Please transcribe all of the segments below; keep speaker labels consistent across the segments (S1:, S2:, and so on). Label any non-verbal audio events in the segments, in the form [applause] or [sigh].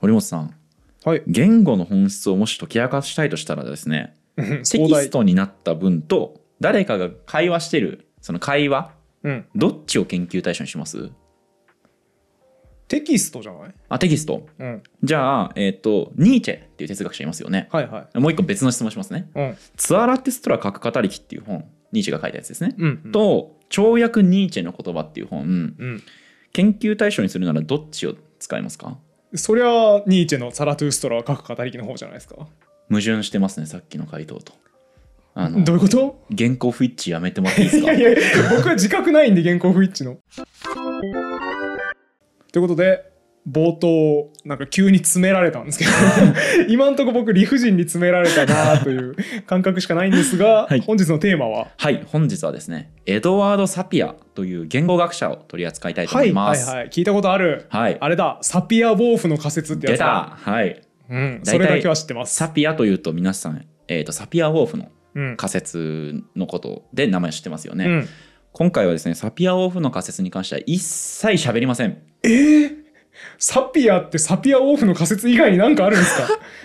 S1: 堀本さん
S2: はい。
S1: 言語の本質をもし解き明かしたいとしたらですねテキス
S2: ト。
S1: トになった文と誰かが会話してるその会話
S2: うん。
S1: どっちを研究対象にします
S2: テキストじゃない
S1: あテキスト
S2: うん。
S1: じゃあえっ、とニーチェっていう哲学者いますよね
S2: はいはい。
S1: もう一個別の質問しますね
S2: うん。
S1: 「ツアラテストラ書く語りき」っていう本ニーチェが書いたやつですね、
S2: うん。
S1: と「跳躍ニーチェの言葉」っていう本
S2: うん。
S1: 研究対象にするならどっちを使いますか
S2: そりゃあ、ニーチェのサラトゥーストラは書く語りきの方じゃないですか。
S1: 矛盾してますねさっきの回答とあの
S2: どういうこと
S1: 原稿不一致やめてもらっていいです
S2: い
S1: か
S2: やいや、僕は自覚ないんで、原稿不一致の。ということで、冒頭、なんか急に詰められた
S1: [laughs]
S2: んですけど、今んとこ僕、理不尽に詰められたなという感覚しかないんですが、
S1: [laughs] はい
S2: 本日のテーマは、
S1: はい本日はですねエドワード・サピアという言語学者を取り扱いたいと思いま
S2: はい
S1: す
S2: はい、聞いたことある、
S1: はい
S2: あれだ、サピア・ウォーフの仮説ってや
S1: 出
S2: つだ。
S1: たはい
S2: うん、
S1: 大体
S2: それだけは知ってます。
S1: サピアというと皆さん、えー、とサピア・ウォーフの
S2: うん
S1: 仮説のことで名前知ってますよね、
S2: うん、
S1: 今回はですねサピア・ウォーフの仮説に関しては一切喋りませ
S2: [laughs]
S1: ん
S2: えーサピアってサピア・ウォーフの仮説以外に何かあるんです
S1: [laughs]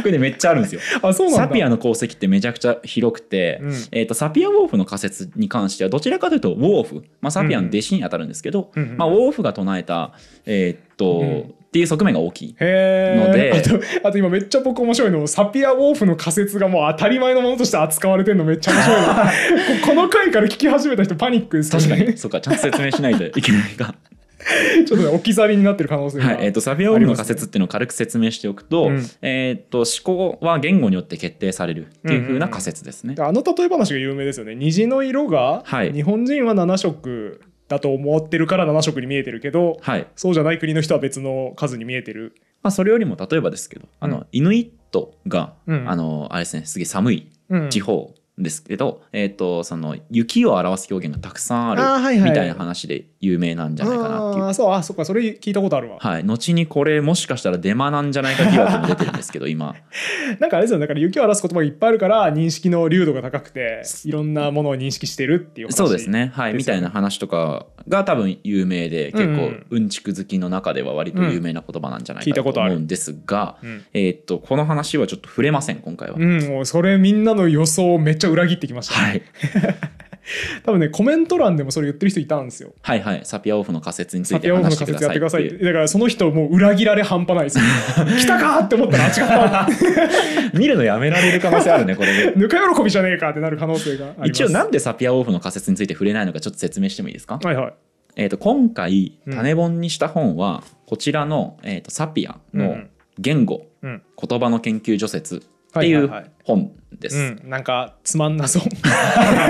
S1: これねめっちゃあるん [laughs] ですよ
S2: かあ、そうなんだ。
S1: サピアの功績ってめちゃくちゃ広くて、
S2: うん
S1: えー、とサピア・ウォーフの仮説に関してはどちらかというとウォーフ、まあ、サピアの弟子に当たるんですけど、
S2: うんうん
S1: まあ、ウォーフが唱えた、えーっと
S2: うん
S1: っていう側面が大きい。
S2: へー
S1: ので
S2: あとあと今めっちゃ僕面白いのサピア・ウォーフの仮説がもう当たり前のものとして扱われてるのめっちゃ面白い
S1: [laughs]
S2: なここの回から聞き始めた人パニックですよ
S1: 確か
S2: ね
S1: にそうかちゃんと説明しないといけないが。
S2: ちょっとね置き去りになってる可能性が、
S1: はいえー、とサビオールの仮説っていうのを軽く説明しておくと,、
S2: あります
S1: えー、と思考は言語によって決定されるっていう風な仮説ですね。
S2: あの例え話が有名ですよね虹の色が
S1: はい
S2: 日本人は7色だと思ってるから7色に見えてるけど
S1: はい
S2: そうじゃない国の人は別の数に見えてる
S1: まあ、それよりも例えばですけどあの、
S2: うん
S1: イヌイットが、
S2: うん
S1: あのあれですねすげえ寒い
S2: うん
S1: 地方ですけど、えー、とその雪を表す表現がたくさんある
S2: あーはいはい
S1: みたいな話で有名なんじゃないかなっていう
S2: あ。ーそうあそっかそれ聞いたことあるわ
S1: はい、後にこれもしかしたらデマなんじゃないか疑惑も出てるんですけど今
S2: なんかあれですよねだから雪を表す言葉がいっぱいあるから認識の流度が高くていろんなものを認識してるっていう話
S1: そうですねはい
S2: で
S1: み
S2: すよ
S1: たい
S2: ね
S1: な話とかが多分有名で結
S2: うんう
S1: 構
S2: ん
S1: うんちく好きの中では割と有名な言葉なんじゃない
S2: うん聞い
S1: か
S2: た
S1: と
S2: ことある
S1: 思うんですが、
S2: うん、
S1: えーっとこの話はちょっと触れません今回は、
S2: うん、もうそれみんなの予想をめっちゃ裏切ってきました、
S1: はい、
S2: 多分ねコメント欄でもそれ言ってる人いたんですよ
S1: はいはいサピアオフの仮説につ
S2: サ
S1: い
S2: ピ
S1: て
S2: アオフの
S1: 話して
S2: 仮
S1: くだ
S2: 説や
S1: さ
S2: っ
S1: い
S2: てくださいっ
S1: ってて
S2: だからその人もう裏切られ半端ない
S1: [laughs]
S2: ですよ来たかーって思ったらあ違った
S1: 見るのやめられる可能性あるね [laughs] これで
S2: ぬか喜びじゃねえかってなる可能性があります
S1: 一応なんでサピアオフの仮説について触れないのかちょっと説明してもいいですか、
S2: はいはい
S1: えーっと今回
S2: うん
S1: 種本にした本はこちらの、えーっとサピア
S2: う
S1: の
S2: ん
S1: 言語、
S2: うん
S1: 言葉の研究除説っ
S2: は
S1: て
S2: い
S1: い
S2: はいうはい
S1: 本です、
S2: うん、なんかつまんなそう [laughs]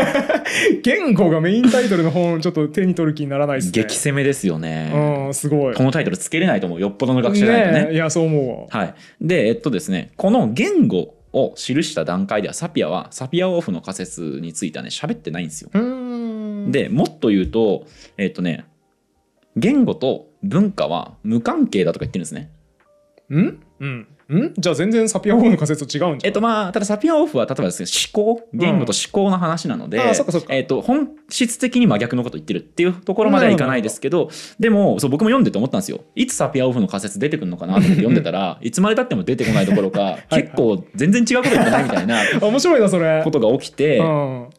S2: 言語がメインタイトルの本ちょっと手に取る気にならないですね
S1: 激攻めですよね、
S2: うんすごい
S1: このタイトルつけれないと思うよっぽどの学者じゃないとね
S2: えいやそう思うわ
S1: はいでえっとですねこの言語を記した段階ではサピアはサピアオフの仮説についてはね喋ってないんですよ
S2: うーん
S1: でもっと言うとえっとね言語と文化は無関係だとか言ってるんですね
S2: んうんんじゃあ全然サピア4の仮説と違うんじ
S1: え
S2: ゃ
S1: っ
S2: ん、
S1: とまあただサピアオフは例えばですね思考言語と思考の話なので、
S2: うんあーそっかそっか
S1: えっと本質的に真逆のこと言ってるっていうところまではいかないですけどでもそう僕も読んでて思ったんですよいつサピアオフの仮説出てくるのかなと思って読んでた
S2: [laughs]
S1: らいつまでたっても出てこないどころか
S2: はい
S1: 結構全然違うこと言ってないみたいな
S2: 面白いなそれ
S1: ことが起きて、
S2: [laughs] うん
S1: っ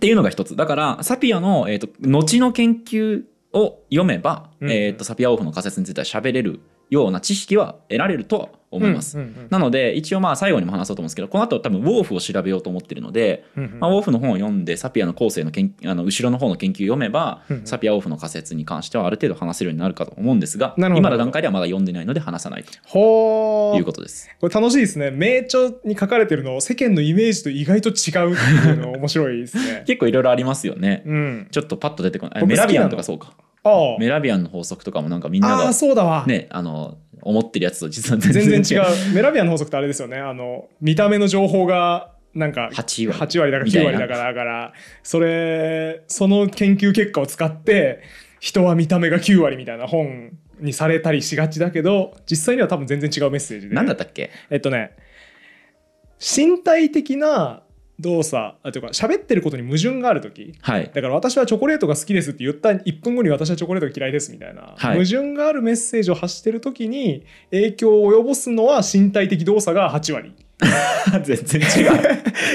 S1: ていうのが一つだからサピアの、えっと後の研究を読めば、
S2: うん
S1: えっとサピアオフの仮説については喋れるような知識は得られるとは思います。
S2: うんうん
S1: なので一応まあ最後にも話そうと思うんですけどこの後多分ウォーフを調べようと思ってるので、
S2: うんうん
S1: まあ、ウォーフの本を読んでサピアの後世の研あの後ろの方の研究読めば、
S2: うんうん
S1: サピアウォーフの仮説に関してはある程度話せるようになるかと思うんですが
S2: なるほど
S1: 今の段階ではまだ読んでないので話さないと
S2: ほ
S1: い
S2: ー
S1: うことです。
S2: これ楽しいですね名著に書かれてるの世間のイメージと意外と違うっていうの面白いで
S1: [laughs]
S2: すね
S1: 結構いろいろありますよね。
S2: うん
S1: ちょっとパッと出てこない
S2: 僕
S1: メラ
S2: 好きなの
S1: ビアンとかそうか
S2: あ
S1: メラビアンの法則とかもなんかみんな
S2: ああ
S1: が
S2: ーそうだわ、
S1: ねあの思ってるやつと実は
S2: 全然違
S1: [laughs] う
S2: うメラビアンの法則ってあれですよねあの見た目の情報がなんか
S1: 8割
S2: 8割だから9割だからだからそれその研究結果を使って人は見た目が9割みたいな本にされたりしがちだけど実際には多分全然違うメッセージで
S1: なんだったっけ
S2: えっとね身体的な動作あというか喋ってることに矛盾がある時 [laughs]
S1: はい
S2: だから私はチョコレートが好きですって言った1分後に私はチョコレートが嫌いですみたいな、
S1: はい
S2: 矛盾があるメッセージを発してる時に影響を及ぼすのは身体的動作が8割
S1: 全然違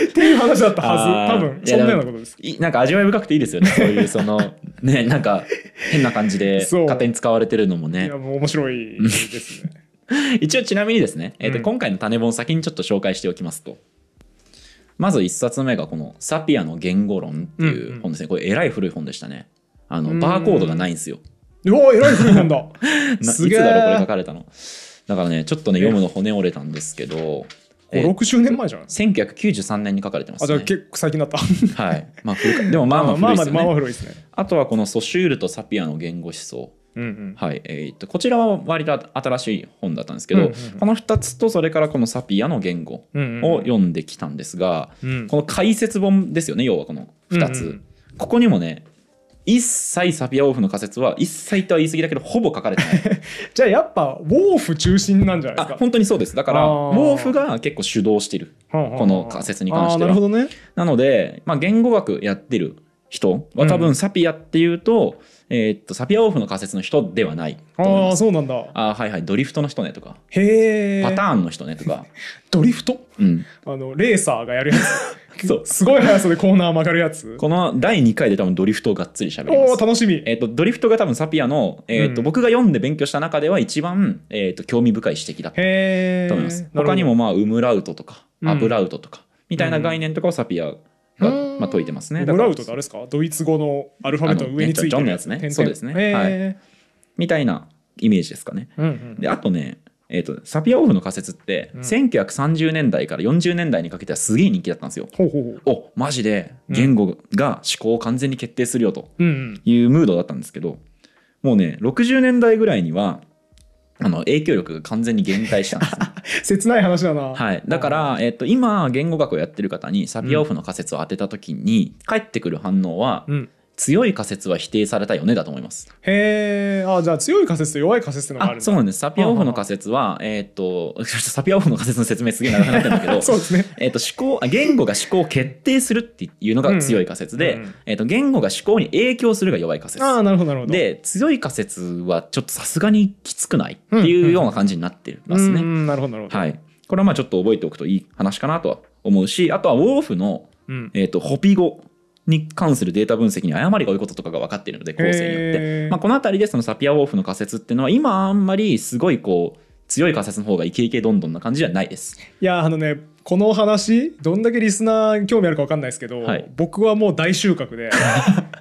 S1: う
S2: っていう話だったはず
S1: あー
S2: 多分
S1: い
S2: そ
S1: や
S2: んなようなことです
S1: いなんか味わい深くていいですよねそういうそ
S2: [laughs]
S1: のねなんか変な感じで
S2: そう
S1: 勝手に使われてるのも
S2: い
S1: ね
S2: やもう面白いで
S1: [laughs]
S2: すね
S1: 一応ちなみにですね、えーと
S2: うん
S1: 今回の種本を先にちょっと紹介しておきますとまず1冊目がこの「サピアの言語論」って
S2: うん
S1: い
S2: うん
S1: う本ですねこれえらい古い本でしたねあ
S2: うん
S1: のバーコードがないんですよ
S2: うわ偉い古
S1: [laughs]
S2: い本だ
S1: な
S2: すげえ
S1: いつだろうこれ書かれたのだからねちょっとね
S2: え
S1: 読むの骨折れたんですけど、えー
S2: 60年前じゃないですか
S1: 1993年に書かれてます
S2: あじゃあ
S1: ね
S2: 結構最近だった
S1: はいまあ古かでもまあまあ古いですよ
S2: まあま
S1: ね
S2: あまあまあ古いですね
S1: あとはこのソシュールとサピアの言語思想
S2: うんうん
S1: はいえーっとこちらは割と新しい本だったんですけど、
S2: うんうんうん
S1: この2つとそれからこのサピアの言語
S2: うんうん
S1: を読んできたんですが、
S2: うん
S1: この解説本ですよね要はこの2つ、
S2: うんうん
S1: ここにもね一切サピアオフの仮説は一切とは言い過ぎだけどほぼ書かれて
S2: [laughs]
S1: ない
S2: じゃあやっぱウォーフ中心なんじゃない
S1: あ
S2: ですか
S1: 本当にそうですだからウ
S2: あー
S1: ォーフが結構主導してる
S2: こ
S1: この仮説に関しては
S2: なるほどね
S1: なので、まあ、言語学やってる人は多
S2: う
S1: 分サピアっていうと,、えーっとサピアオフの仮説の人ではないと思い
S2: あ
S1: ま
S2: あ
S1: す
S2: そうなんだ
S1: あーはいはいドリフトの人ねとか
S2: へえ
S1: パターンの人ねとか、
S2: ドリフト
S1: うん、
S2: あのレーサーがやるやつ
S1: [laughs] そう
S2: すごい速さでコーナー曲が
S1: [laughs]
S2: るやつ
S1: この第2回で多分ドリフトをがっつり喋り
S2: お
S1: ま
S2: お
S1: す
S2: 楽しみ
S1: えーっとドリフトが多分サピアの、えーっと
S2: うん
S1: 僕が読んで勉強した中では一番、えーっと興味深い指摘だった
S2: へえ
S1: と思います。他にもまあウムラウトとか
S2: うん
S1: アブラウトとかみたいな概念とかをサピアが、まあ、解いてますね。だ
S2: ム
S1: から
S2: ラウトってあれですかドイツ語のアルファベットの上について
S1: あの
S2: る
S1: ねちょっとジョンのやつね
S2: 点々
S1: そうですね
S2: へ
S1: みたいなイメージですかね。
S2: えうんうん
S1: であとね、えー、とサピアオフの仮説って、
S2: うん
S1: 1930年代から40年代にかけてはすげえ人気だったんですよ。
S2: ほうほうほう
S1: おマジで言語が思考を完全に決定するよと
S2: うんうん
S1: いうムードだったんですけどもうね60年代ぐらいにはあの影響力が完全に減退したんです
S2: [laughs]
S1: ね、
S2: 切ない話だな
S1: はい、だから、えー、と今言語学をやってる方にサピアオフの仮説を当てた時に、返ってくる反応は、
S2: うん
S1: 強い仮説は否定されたよねだと思います。
S2: へえあじゃあ強い仮説と弱い仮説ってのがあ
S1: あ
S2: るんだ
S1: そうなんですサピアオフの仮説はえーっと [laughs] サピアオフの仮説の説明すげえ長くなってるんだけど
S2: [laughs] そうですね
S1: えーっと思考あ言語が思考を決定するっていうのが強い仮説で、
S2: うんうん
S1: えーっと言語が思考に影響するが弱い仮説
S2: ああなるほどなるほど
S1: で強い仮説はちょっとさすがにきつくないっていうような感じになって
S2: う
S1: ますね。
S2: んなるほどなるほど
S1: はい、これはまあちょっと覚えておくといい話かなとは思うしあとはウォーフの、
S2: うん
S1: えーっとホピ語に関するデータ分析に誤りが多いこととかが分かっているので構成によって。
S2: へえ
S1: まあ、この辺りでそのサピア・ウォーフの仮説っていうのは今あんまりすごいこう強い仮説の方がイケイケどんどんな感じじゃないです。
S2: いやあのねこの話どんだけリスナーに興味あるか分かんないですけど、
S1: はい
S2: 僕はもう大収穫
S1: [laughs]
S2: で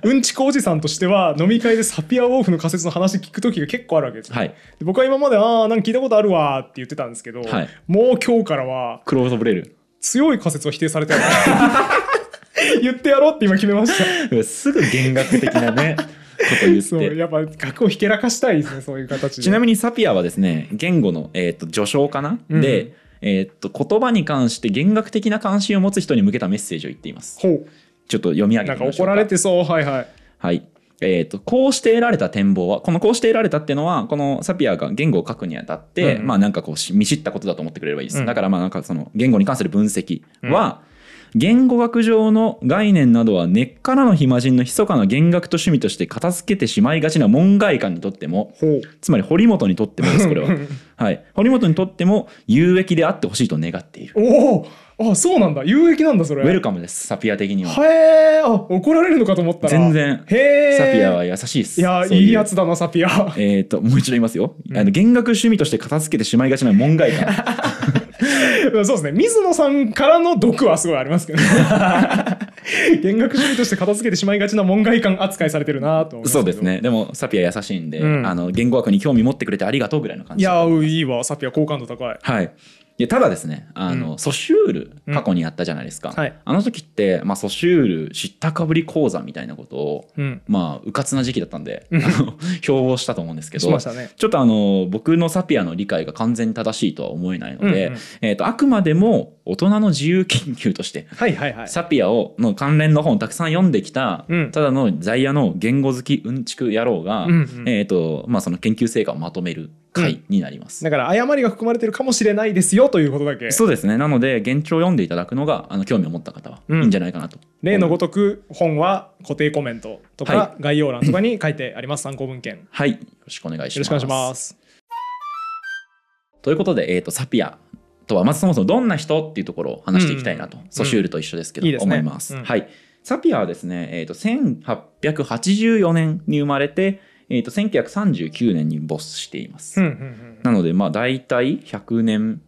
S2: うんちくおじさんとしては飲み会でサピアウォーフの仮説の話聞く時が結構あるわけですよ、
S1: はい、
S2: で僕は今までああなんか聞いたことあるわーって言ってたんですけど、
S1: はい
S2: もう今日からは
S1: クローズ・ブレル
S2: 強い仮説を否定され
S1: [laughs]
S2: たよ言ってやろうって今決めまし
S1: [laughs]
S2: た
S1: すぐ弦楽的なねこと言
S2: そう
S1: って。
S2: やっぱ学をひけらかしたいですねそういう形で
S1: ちな
S2: み
S1: みにサピアはですね言語の、えー、と序章かな、
S2: うん
S1: で、えー、と言葉に関して弦楽的な関心を持つ人に向けたメッセージを言っています。
S2: ほ
S1: ちょっと読み上
S2: う
S1: げて
S2: なん
S1: み
S2: か
S1: ましょ
S2: 怒
S1: うから
S2: れてそうはいはい
S1: はい。えー、とこうして得られた展望はこのこうして得られたっていうのはこのサピアが言語を書くにあたって、
S2: うん
S1: まあなんかこうし見知ったことだと思ってくれればいいです、
S2: うん
S1: だからまあなんかその言語に関する分析は、言語学上の概念などは根っからの暇人の密かな言学と趣味として片付けてしまいがちな門外漢にとっても
S2: ほう
S1: つまり堀本にとってもですこ [laughs] れははい堀本にとっても有益であってほしいと願っている
S2: おおあそうなんだ有益なんだそ
S1: ウ
S2: れ
S1: ェルカムですサピア的には
S2: へえあ怒られるのかと思ったら
S1: 全然
S2: へえ
S1: サピアは優しいです
S2: いや
S1: そうう
S2: いいやつだなサピア
S1: [laughs] えー、ともう一度言いますよ、
S2: うん
S1: あの弦楽趣味として片付けてしまいがちな門外
S2: [laughs]
S1: 漢
S2: そうですね水野さんからの毒はすごいありま
S1: [laughs]
S2: すけどね弦楽趣味として片付けてしまいがちな門外漢扱いされてるなと思いますけ
S1: そ
S2: ど
S1: うですねでもサピア優しいんで、
S2: うん
S1: あの言語学に興味持ってくれてありがとうぐらいの感
S2: い
S1: じ
S2: やいいわサピア好感度高い
S1: はいでただですねあの、ソシュール
S2: うん
S1: 過去にやったじゃないですか、
S2: はい
S1: あの時って、まあ、ソシュール知ったかぶり講座みたいなことを
S2: うん
S1: まあうかつな時期だったんであの標榜したと思うんですけ
S2: し
S1: ど
S2: ましたね
S1: ちょっとあの僕のサピアの理解が完全に正しいとは思えないので、
S2: うんうん
S1: えー、とあくまでも大人の自由研究として
S2: はいはいはい
S1: サピアをの関連の本をたくさん読んできた、
S2: うん
S1: ただの在野の言語好きうんちく野郎が、
S2: うんうん
S1: えーとまあ、その研究成果をまとめる回になります。
S2: だから誤りが含まれてるかもしれないですよということだけ
S1: そうですねなので現状を読んでいただくのがあの興味を持った方は
S2: うん
S1: いいんじゃないかなと、
S2: 例のごとく本は固定コメントと
S1: は
S2: か概要欄とかに書いてあります参考文献よ
S1: はいよろしくお願いし
S2: ろ
S1: ま
S2: し
S1: す
S2: くお願いします
S1: ということで、えー、とサピアとはまずそもそもどんな人っていうところを話していきたいなと、
S2: うん
S1: ソシュールと一緒ですけど、
S2: いいですね
S1: 思います、
S2: うん
S1: はいサピアはですね、えー、と1884年に生まれて、えー、と1939年に没しています、
S2: うんうんうん
S1: なのでまあ大体100年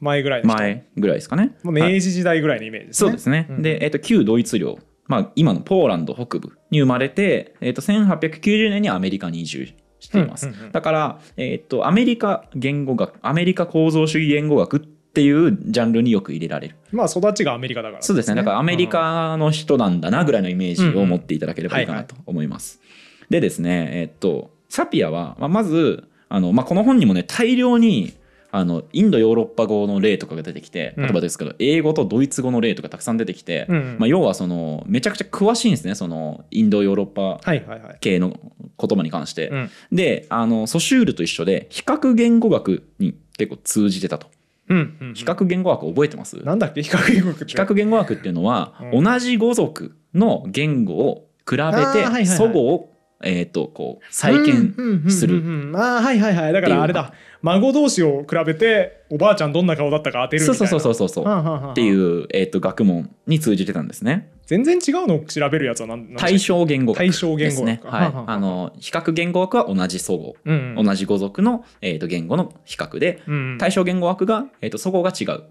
S2: 前ぐらいの人
S1: 前ぐらいですかね
S2: まあ
S1: は
S2: 明
S1: い
S2: 治時代ぐらいのイメージですね
S1: そうですね。
S2: うん
S1: で、えっと旧ドイツ領、まあ、今のポーランド北部に生まれて、えっと1890年にアメリカに移住しています。
S2: うんうんうん
S1: だから、えっとアメリカ言語学アメリカ構造主義言語学っていうジャンルによく入れられる。
S2: まあ育ちがアメリカだから
S1: そうですね。だからアメリカの人なんだなぐらいのイメージを持っていただければいいかなと思います。でですね、えっと、サピアは、まあ、まず、あの、まあ、この本にもね、大量に、あの、インドヨーロッパ語の例とかが出てきて、
S2: うん
S1: 例えばですけど、英語とドイツ語の例とかたくさん出てきて、
S2: うんうん
S1: まあ、要はその、めちゃくちゃ詳しいんですね、その、インドヨーロッパ
S2: はいはいはい
S1: 系の言葉に関して。
S2: うん
S1: で、あの、ソシュールと一緒で、比較言語学に結構通じてたと。
S2: うんうんうん
S1: 比較言語学覚えてます
S2: なんだっけ比較英語って
S1: 比較言語学っていうのは、
S2: うん
S1: 同じ語族の言語を比べ
S2: あーはいはいは
S1: て
S2: い
S1: 祖語を、えー、とこう再建する
S2: うんうんうんうんああはいはいはいだからあれだ孫同士を比べておばあちゃんどんな顔だったか当てる
S1: そ
S2: みた
S1: う
S2: いな
S1: そうそうそううそうそう
S2: っ
S1: っていう、えー、と学問に通じてたんですね
S2: 全然違うのを調べるやつは何何でしたっけ
S1: 対象言語学
S2: 対象
S1: で
S2: 言
S1: す
S2: 語
S1: ね
S2: 学、か
S1: はい
S2: は、は
S1: あの比較言語学は同じ祖語、
S2: うん
S1: 同じ語族の、えー、と言語の比較で
S2: うん
S1: 対象言語学が、えー、と祖語が違う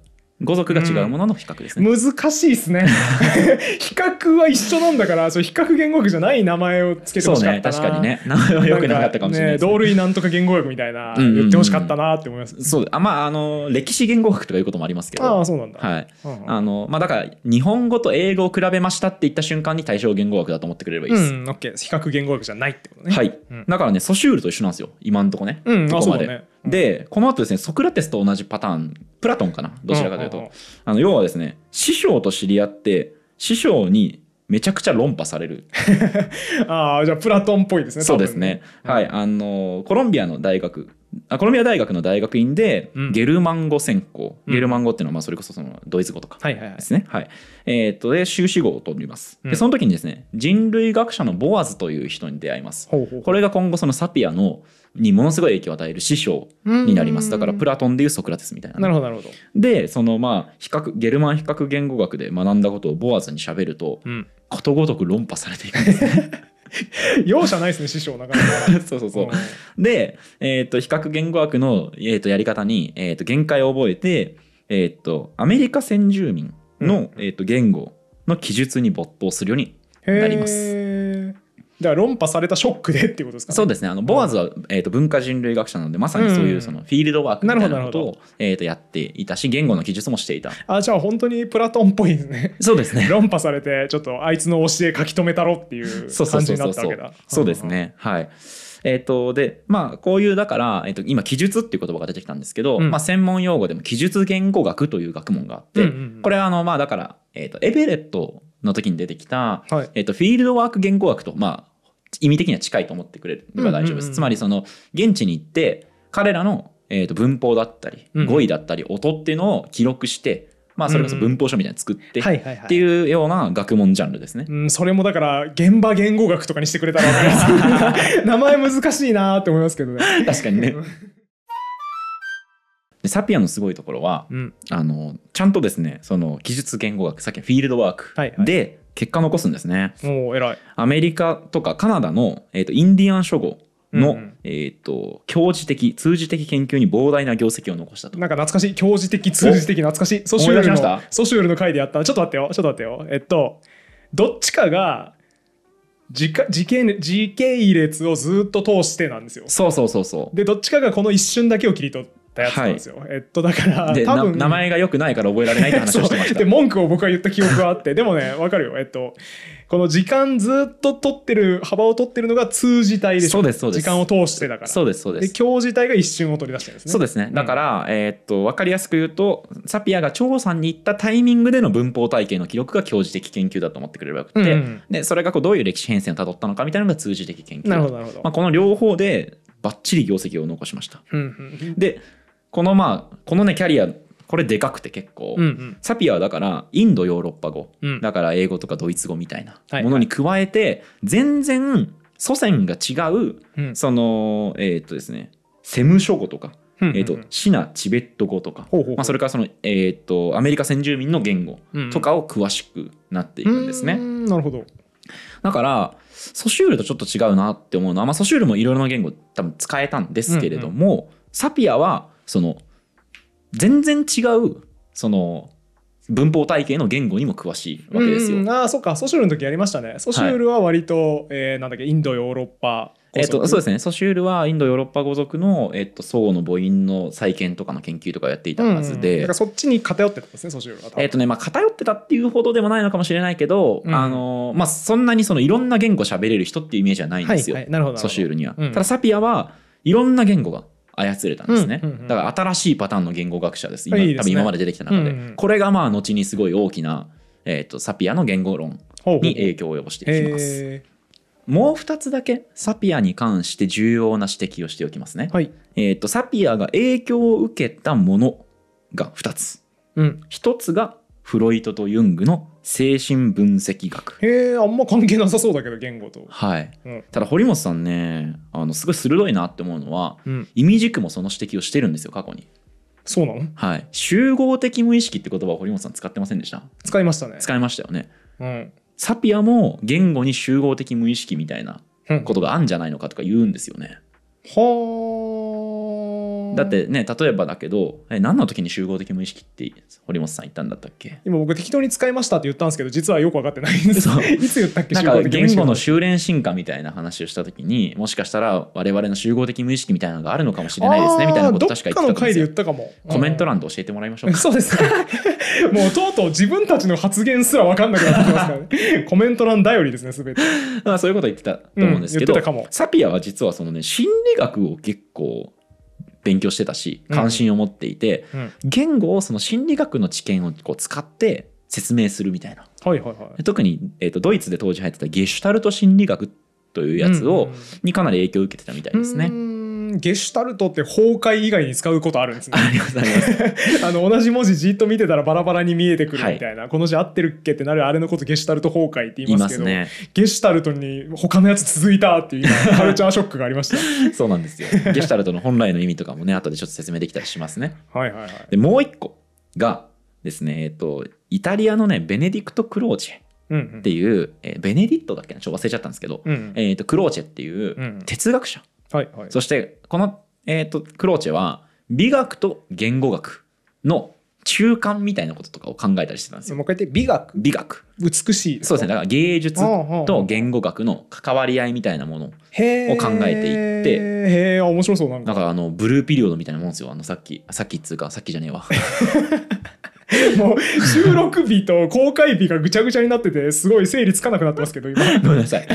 S1: 語族が違うものの比較ですね、
S2: 難しいですね [laughs] 比較は一緒なんだからそう比較言語学じゃない名前をつけて
S1: そ
S2: ほ
S1: う
S2: しか
S1: ね
S2: ったな
S1: 確かにね [laughs] 名前は良くなかったかもしれない
S2: ん
S1: です
S2: か
S1: ね
S2: ね同類なんとか言語学みたいな
S1: うんうんうん
S2: 言ってほしかったなって思います、
S1: そうあまああの歴史言語学とかいうこともありますけど
S2: ああそうなんだ、
S1: はい、
S2: うんうん
S1: あのまあだから日本語と英語を比べましたって言った瞬間に対象言語学だと思ってくれればいいです、
S2: うん、オッケー比較言語学じゃないってことね
S1: はい、
S2: うん
S1: だからねソシュールと一緒なんですよ今んとこね、
S2: うんあ
S1: ここま
S2: そうだ
S1: で
S2: ね、うん
S1: でこの後ですねソクラテスと同じパターンプラトンかなどちらかというと、あの要はですね師匠と知り合って師匠にめちゃくちゃ論破される
S2: うんうんああじゃあプラトンっぽいですね
S1: そうですね、
S2: うん
S1: はいあのコロンビアの大学あコロンビア大学の大学院で
S2: うん
S1: ゲルマン語専攻、
S2: うん
S1: ゲルマン語っていうのはまあそれこそそのドイツ語とか
S2: 多分はいはいは
S1: で
S2: い
S1: すね。はい。えーっと、で、修士号を取ります。
S2: う
S1: で、
S2: ん
S1: その時にですね、人類学者のボアズという人に出会います。
S2: ほうほう
S1: これが今後、そのサピアの、にものすごい影響を与える師匠になります。だから、プ
S2: ラ
S1: ラトンでいうソクラテスみたいなね。
S2: なるほどなるほど
S1: で、その、まあ、比較、ゲルマン比較言語学で学んだことをボアズに喋ると、
S2: うん
S1: ことごとく論破されていくん
S2: [laughs]
S1: ですね。
S2: 容赦ないですね師匠なかなか
S1: そう [laughs] そうそう。で、えーっと、比較言語学の、えーっと、やり方に、えーっと、限界を覚えて、えーっと、アメリカ先住民
S2: うん
S1: の、えーっと、言語の記述に没頭するように
S2: うん
S1: なります
S2: へーじゃあ論破されたショックでっていうことですかね
S1: そうですねあのボアズは、えー、と文化人類学者なのでまさにそうい
S2: うん
S1: うそのフィールドワークみたい
S2: な
S1: なこ
S2: るほ
S1: と
S2: ど
S1: を、えー、とやっていたし言語の記述もしていた
S2: あじゃあ本当にプラトンっぽいですね [laughs]
S1: そうですね
S2: 論破されてちょっとあいつの教え書き留めたろっていう
S1: そうそう
S2: 感
S1: そ
S2: じ
S1: う
S2: にな
S1: そ
S2: っ
S1: う
S2: た
S1: そ
S2: わけ
S1: う
S2: だ
S1: そうですねはいえっ、とでまあこういうだから、えー、と今記述っていう言葉が出てきたんですけど、
S2: うん
S1: まあ、専門用語でも記述言語学という学問があって、
S2: うんうんうん
S1: これはあのまあだから、えー、とエベレットの時に出てきた、
S2: はい
S1: えー、とフィールドワーク言語学とまあ意味的には近いと思ってくれれば大丈夫です、
S2: うんうんうん
S1: つまりその現地に行って彼らの、えー、と文法だったり
S2: うん
S1: 語彙だったり音っていうのを記録して、まあ、それこそ文法書みたいに作って、
S2: はいはいはい
S1: っていうような学問ジャンルですね。
S2: うん、それもだから現場言語学とかにしてくれたら分
S1: [laughs]
S2: かります名前難しいなーって思いますけどね、
S1: 確かに
S2: [laughs]
S1: ね。でサピアのすごいところは
S2: うん、
S1: あのちゃんとですねその技術言語学さっきのフィールドワー
S2: はい
S1: ク
S2: はい
S1: で結果残すんですね。
S2: もう偉い
S1: アメリカとかカナダの、えー、とインディアン諸語の、
S2: うんうん
S1: えー、と教授的通じ的研究に膨大な業績を残したと。
S2: なんか懐かしい教授的通じ的懐かしいソシュー
S1: 思い出
S2: ル
S1: しま
S2: の
S1: し
S2: ソシュールの回でやったちょっと待ってよちょっと待ってよえっとどっちかが時間時系時系列をずっと通してなんですよ
S1: そうそうそうそう。
S2: でどっちかがこの一瞬だけを切り取ったやつなんですよ、えっとだから
S1: で
S2: 多
S1: な
S2: 分
S1: 名前が良くないから覚えられないって話をしてまし
S2: そう
S1: た
S2: [laughs] で。文句を僕は言った記憶はあってでもねわかるよえっとこの時間ずっと取ってる幅を取ってるのが通時帯でしょ
S1: そうですそうです
S2: 時間を通してだから
S1: そうですそうで。
S2: です教時帯が一瞬を取り出してるんですね
S1: そうですね。だから、えーっと分かりやすく言うとサピアが調査に行ったタイミングでの文法体系の記録が教授的研究だと思ってくれればよくて、
S2: うんうん
S1: でそれがこうどういう歴史変遷をたどったのかみたいなのが通じ的研究
S2: なるほどなるほど、
S1: まあ、この両方でばっちり業績を残しました
S2: うんうん
S1: でこのまあこのねキャリアこれでかくて結構、
S2: うんうん
S1: サピアはだからインドヨーロッパ語、
S2: うん
S1: だから英語とかドイツ語みたい
S2: は
S1: ないものに加えて全然祖先が違う
S2: うん
S1: そのえーっとですねセム書語とか、
S2: うん
S1: えーっと
S2: うん
S1: シナチベット語とか、
S2: ほうほうほう
S1: まあ、それからその、えーっとアメリカ先住民の言語とかを詳しくなっていくんですね、
S2: うーんなるほど
S1: だからソシュールとちょっと違うなって思うのは、まあ、ソシュールもいろいろな言語多分使えたんですけれども、サピアはその全然違うその文法体系の言語にも詳しいわけですよ。
S2: うんうんああそっかソシュールの時やりましたねソシュールは割と、えーなんだっけインドヨーロッパ
S1: えっと、そうですすねソシュールはインドヨーロッパ語族の、えっと、宋の母音の再建とかの研究とかをやっていたはずで、
S2: だからそっちに偏ってたんですねソシュールは多分
S1: えっとねまあ、偏ってたっていうほどでもないのかもしれないけど、
S2: うん
S1: あのまあ、そんなにそのいろんな言語喋れる人っていうイメージはないんですよ、
S2: はいはい、なるほどなるほど
S1: ソシュールには、
S2: うん
S1: ただサピアはいろんな言語が操れたんですね、
S2: うんうんうん
S1: だから新しいパターンの言語学者です今
S2: いいですね
S1: 多分今まで出てきた中で、
S2: うんうん
S1: これがまあ後にすごい大きな、えー、とサピアの言語論
S2: ほうほうほう
S1: に影響を及ぼしていきます
S2: へ
S1: もう2つだけサピアに関して重要な指摘をしておきますね、
S2: ーはい
S1: えー、とサピアが影響を受けたものが2つ
S2: うん
S1: 1つがフロイトとユングの精神分析学
S2: へえあんま関係なさそうだけど言語と
S1: はい、
S2: うん
S1: ただ堀本さんねあのすごい鋭いなって思うのは
S2: うん
S1: 意味軸もその指摘をしてるんですよ過去に
S2: そうなの
S1: はい集合的無意識って言葉を堀本さん使ってませんでした
S2: 使いましたね
S1: 使いましたよね
S2: うん
S1: サピアも言語に集合的無意識みたいな
S2: うん
S1: ことがあるんじゃないのかとか言うんですよね
S2: はあ
S1: だってね例えばだけどえ何の時に集合的無意識って堀本さん言ったんだったっけ
S2: 今僕適当に使いましたって言ったんですけど実はよく分かってないんです
S1: そう
S2: [laughs] いつ言ったっけ
S1: なんか
S2: 集合的無意
S1: 言
S2: 識
S1: 語の修練進化みたいな話をした時にもしかしたら我々の集合的無意識みたいなのがあるのかもしれないですねみたいなこと確か言ってた
S2: あーどっ
S1: と思うんで
S2: かの回
S1: す
S2: で
S1: よ
S2: 言ったかも
S1: コメント
S2: 欄
S1: 欄で教えてもらいましょうか
S2: そうです [laughs] ねもうとうとう自分たちの発言すら分かんなくなってきますからねコメント欄頼りですね全て
S1: まあそういうこと言ってたと思うんですけど、
S2: うん言ってたかも
S1: サピアは実はそのね心理学を結構勉強してたし関心を持っていて、
S2: うん
S1: 言語をその心理学の知見をこう使って説明するみたいな
S2: はいはいはい
S1: 特に、えー、とドイツで当時流行ってたゲシュタルト心理学というやつを、
S2: うん
S1: にかなり影響を受けてたみたいです
S2: う
S1: ね。
S2: ーんゲシュタルトって崩壊以外に使うことあるんですね
S1: [laughs] ありがとうございます。
S2: あの同じ文字じっと見てたらバラバラに見えてくるみたいな、この字合ってるっけってなるあれのことゲシュタルト崩壊って
S1: 言
S2: 言い
S1: い
S2: ま
S1: ますす
S2: けど
S1: ね。
S2: ゲシュタルトに他のやつ続いたっていう
S1: [laughs]
S2: 今カルチャーショックがありまし
S1: そうなんですよ。ゲシュタルトの本来の意味とかもね、後でちょっと説明できたりしますね。
S2: たはいはいはい
S1: で、もう一個がですね、えっ、と、イタリアのね、ベネディクト・クローチェ
S2: うん
S1: っ
S2: うん
S1: ていう、えーベネディットだっけなちょっと忘れちゃったんですけど、
S2: うん
S1: えー、とクローチェっていううん哲学者、
S2: はいはい
S1: そしてこの、えー、とクローチェは美学と言語学の中間みたいなこととかを考えたりしてたんですよ
S2: もう一回言って美学
S1: 美学
S2: 美しい
S1: そうですねだから芸術と
S2: 語
S1: 言語学の関わり合いみたいなもの
S2: を
S1: を考えていって
S2: へえ面白そうなん
S1: だ [laughs]
S2: か
S1: からあのブルーピリオドみたいなもんですよあのさっきさっきっつうかさっきじゃねえ
S2: [laughs]
S1: わ
S2: もう収録日と公開日がぐちゃぐちゃになっててすごい整理つかなくなってますけど今
S1: ごめんなさい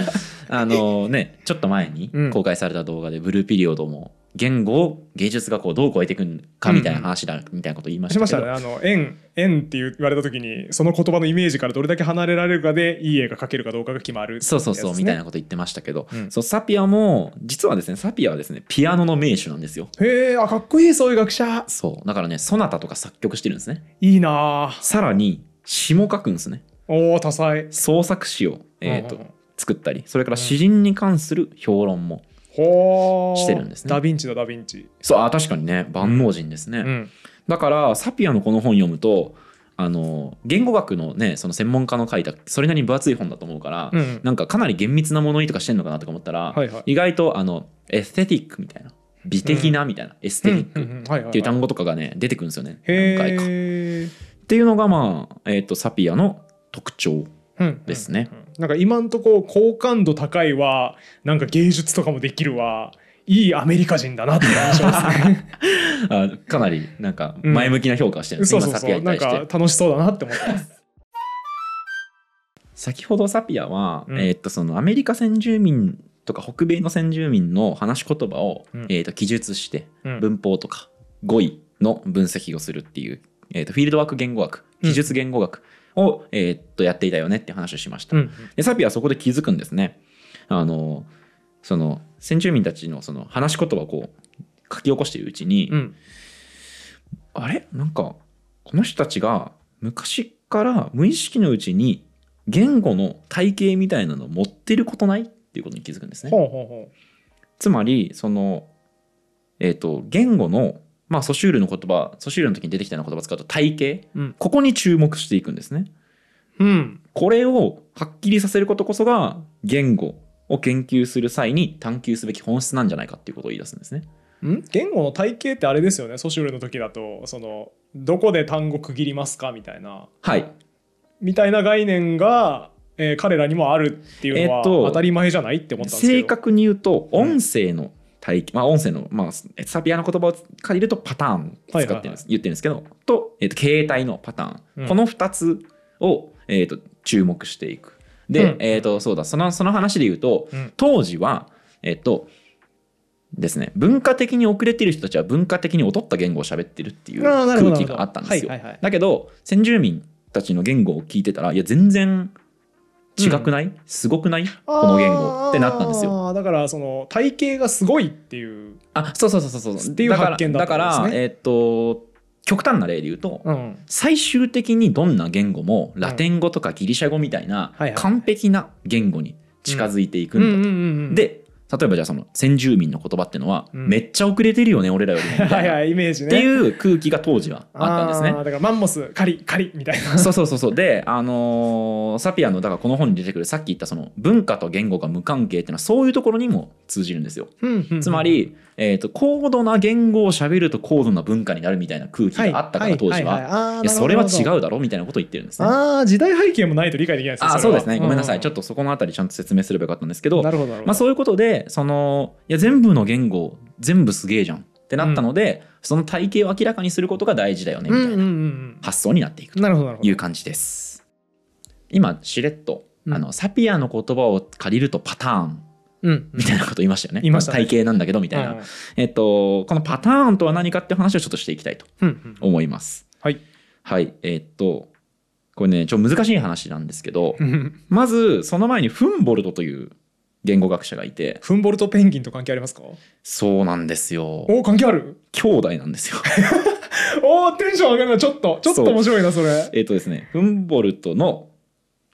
S1: あのねちょっと前に
S2: うん
S1: 公開された動画でブルーピリオドも言語を芸術がこうどう超えていくかみたいな話だみたいなこと言いまし
S2: したま
S1: け
S2: し
S1: ど
S2: たねあの円円って言われた時にその言葉のイメージからどれだけ離れられるかでいい絵が描けるかどうかが決まる
S1: そうそうそう、
S2: って
S1: みたい
S2: や
S1: なこと言ってましたけど、
S2: うん
S1: そうサピアも実はですねサピアはですねピアノの名手なんですよ
S2: つねへえあかっこいいそういう学者
S1: そうだからねソナタとか作曲してるんですね
S2: いいなあ
S1: さらに詩も書くんですね
S2: おー多彩
S1: 創作詩を、えーと
S2: うんうんうん
S1: 作ったりそれから詩人に関する評論も、
S2: ほー
S1: してるんですね
S2: ダヴィンチだダヴィンチ
S1: そうあ確かにね万能人ですね、
S2: うん
S1: だからサピアのこの本読むとあの言語学のねその専門家の書いたそれなりに分厚い本だと思うから、
S2: うん
S1: なんかかなり厳密な物言いとかしてんのかなとか思ったら、
S2: はいはい
S1: 意外とあのエステティックみたいな美的なみたいな、エステティックっ
S2: って
S1: いう単語とかがね出てくるんですよね何回か。っ
S2: へ
S1: ていうのがまあ、えー、とサピアの特徴
S2: え
S1: ですね。
S2: なんか今んとこ好感度高いはなんか芸術とかもできるわいいアメリカ人だなっていう印象ですね
S1: あかなりなんか前向きな評価をしてるんです、
S2: そう
S1: ね
S2: そう
S1: [laughs] 今サ
S2: [laughs] そ
S1: ピア
S2: う
S1: に
S2: なん
S1: 対し
S2: か
S1: て。
S2: 楽しそうだなって思ってます
S1: 先ほどサピアは、
S2: うん
S1: えー、とそのアメリカ先住民とか北米の先住民の話し言葉を、
S2: うん
S1: えー、と記述して
S2: うん
S1: 文法とか語彙の分析をするっていう、えー、とフィールドワーク言語学
S2: うん
S1: 技術言語学を、えー、とやっていたよねって話をしました、
S2: うん
S1: でサピアはそこで気づくんですねあのその先住民たちのその話し言葉をこう書き起こしているうちに、
S2: うん
S1: あれなんかこの人たちが昔から無意識のうちに言語の体系みたいなのを持ってることないっていうことに気づくんですね。
S2: ほうほ
S1: つまりその、えー、と言語の、まあ、ソシュールの言葉ソシュールの時に出てきたような言葉を使うと体系、
S2: うん
S1: ここに注目していくんですね。
S2: うほううん
S1: これをはっきりさせることこそが言語を研究する際に探求すべき本質なんじゃないかっていうことを言い出すんですね。
S2: ん言語の体系ってあれですよねソシュールの時だとそのどこで単語区切りますかみたいな
S1: はい、
S2: みたいな概念が、えー彼らにもあるっていうの
S1: え
S2: は
S1: っと
S2: 当たり前じゃないって思ったんですけど、
S1: 正確に言うと
S2: うん
S1: 音声の体系、まあ、音声の、まあ、サビアの言葉を借りるとパターンを使ってるんです、
S2: はいはいは
S1: 言ってるんですけどと,、えっと携帯のパターン、
S2: うん
S1: この2つを、えっと注目していくで、
S2: うん
S1: えっとそうだそのその話で言うと、
S2: うん
S1: 当時はえっ、とですね、文化的に遅れてる人たちは文化的に劣った言語を喋ってるっていう
S2: あーなるほ
S1: 空気
S2: ど
S1: があったんですよ
S2: はいはいはい
S1: だけど先住民たちの言語を聞いてたらいや全然違くない、すごくないこの言語ってなったんですよ
S2: あーだからその体系がすごいっていう、
S1: あそうそうそうそうそう
S2: っていう
S1: だから
S2: 発見だ
S1: だ
S2: ったんですね
S1: からえーっと極端な例で言うと、
S2: うん、
S1: 最終的にどんな言語もラテン語とかギリシャ語みたいな
S2: はいはい
S1: 完璧な言語に近づいていくんだと、
S2: んで、
S1: で例えばじゃあその先住民の言葉ってのは、
S2: うん
S1: めっちゃ遅れてるよね俺らよりもみたいな
S2: [laughs] はいはいイメージ
S1: っ
S2: ね
S1: ていう空気が当時はあったんです
S2: あ
S1: ね
S2: ー。だからマンモス狩り狩りみたい
S1: [laughs]
S2: な
S1: そうそうそうそうで、あのーサピアのだからこの本に出てくるさっき言ったその文化と言語が無関係っていうのはそういうところにも通じるんですよ。つまり、えー、と高度な言語を喋ると高度な文化になるみたいな空気があったから当時は。
S2: はい
S1: やそれは違
S2: う
S1: うだろみたいなことを言ってるんですね。
S2: あー時代背景もないと理解できないですね
S1: あそうですねごめんなさいちょっ
S2: っ
S1: とそこのあたりちゃんと説明すればよかったんですけど
S2: なるほどなるほど
S1: まあ、そういうことでそのいや全部の言語全部すげえじゃんってなったので、その体系を明らかにすることが大事だよねみ
S2: う
S1: た
S2: ん
S1: い
S2: うんう
S1: なん発想になっていく
S2: う
S1: と
S2: んなるほどなるほ
S1: い
S2: ど
S1: う感じです。今しれっと
S2: うん
S1: あのサピアの言葉を借りるとパターン [laughs]
S2: うん
S1: みたいなこと言いましたよね。
S2: 言いましたね
S1: 体系なんだけどみたいな。
S2: うん
S1: えっと、このパターンとは何かっていう話をちょっとしていきたいと
S2: うんうん
S1: 思います。
S2: はい
S1: はい、えっと、これね、ちょっと難しい話なんですけど、
S2: うん
S1: まず、その前にフンボルトという言語学者がいて、
S2: フンボルトペンギンと関係ありますか
S1: そうなんですよ。
S2: お関係ある
S1: 兄弟なんですよ。 [laughs]
S2: おーテンション上がるなちょっとちょっ
S1: そ
S2: と
S1: う
S2: 面白いなそれ
S1: えっとですね、フンボルトの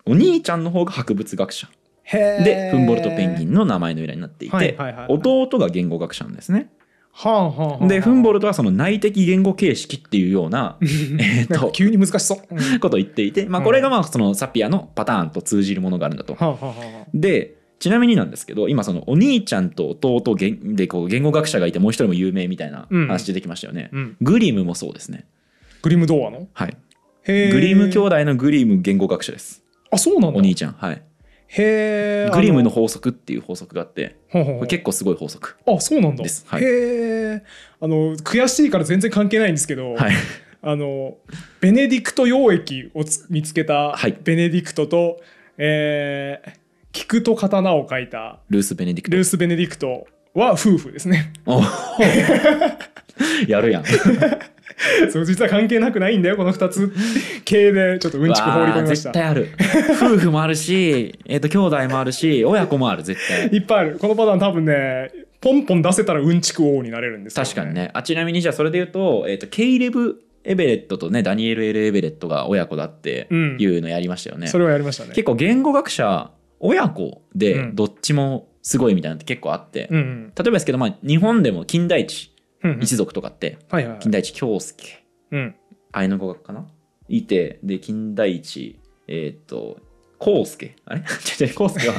S1: お兄ちゃんの方が博物学者
S2: へ
S1: で、フンボルトペンギ
S2: ン
S1: ンの名前の由来になってい
S2: はい
S1: て
S2: はいはいはい、
S1: 弟が言語学者なんですね。
S2: はあはあはあ
S1: で、フンボ
S2: ル
S1: ルトはその内的言語形式っていうような、えっ
S2: なん
S1: と
S2: か、急に難しそううんは
S1: ことを言っていて、まあ、
S2: うん
S1: これがまあそのサピアのパターンと通じるものがあるんだと。
S2: あはあは
S1: でちなみになんですけど今そのお兄ちゃんと弟げんでこう言語学者がいてもう一人も有名みたいな
S2: うん
S1: 話出てきましたよね。
S2: あうん
S1: グリムもそうですね。
S2: グリム童話の
S1: はい。
S2: へー
S1: グリム兄弟のグリム言語学者です。
S2: あそうなんだ
S1: お兄ちゃん。はい。
S2: へえ
S1: グリムの法則っていう法則があって、
S2: ほうほ
S1: こ
S2: うほう
S1: れ結構すごい法則。
S2: あそうなんだ
S1: ですはい
S2: へえあの悔しいから全然関係ないんですけど、
S1: はい。
S2: あのベネディクト溶液をつ見つけた
S1: はい
S2: ベネディクトと、えー菊と刀を描いた
S1: ルース・ベネディクト [laughs]
S2: [laughs] ルー。ス・ベネディクトは夫婦ですね
S1: おやるやん。
S2: そう実は関係なくないんだよこの2つ系でちょっとうんちく放り込みまし
S1: わあ絶
S2: た
S1: 対ある。 [laughs] 夫婦もあるし、えっ、と、兄弟もあるし、親子もある、絶対。
S2: いっぱいあるこのパターン多分ねポンポン出せたらうんちく王になれるんですよ
S1: 確かにねあちなみにじゃあそれで言うと,、えー、とケイレブ・エベレットとねダニエル・エル・エベレットが親子だって
S2: うん
S1: いうのやりましたよね、
S2: それはやりましたね
S1: 結構言語学者親子
S2: う
S1: で
S2: ん
S1: どっちもすごいみたいなのって結構あって、
S2: うん
S1: 例えばですけど、まあ、日本でも近代一
S2: うんうんうん
S1: 一族とかって、
S2: はいはいはい
S1: 近代一京介
S2: うん
S1: 愛の語学かないてで近代一えっ、と康介あれ [laughs] 違う違う康介は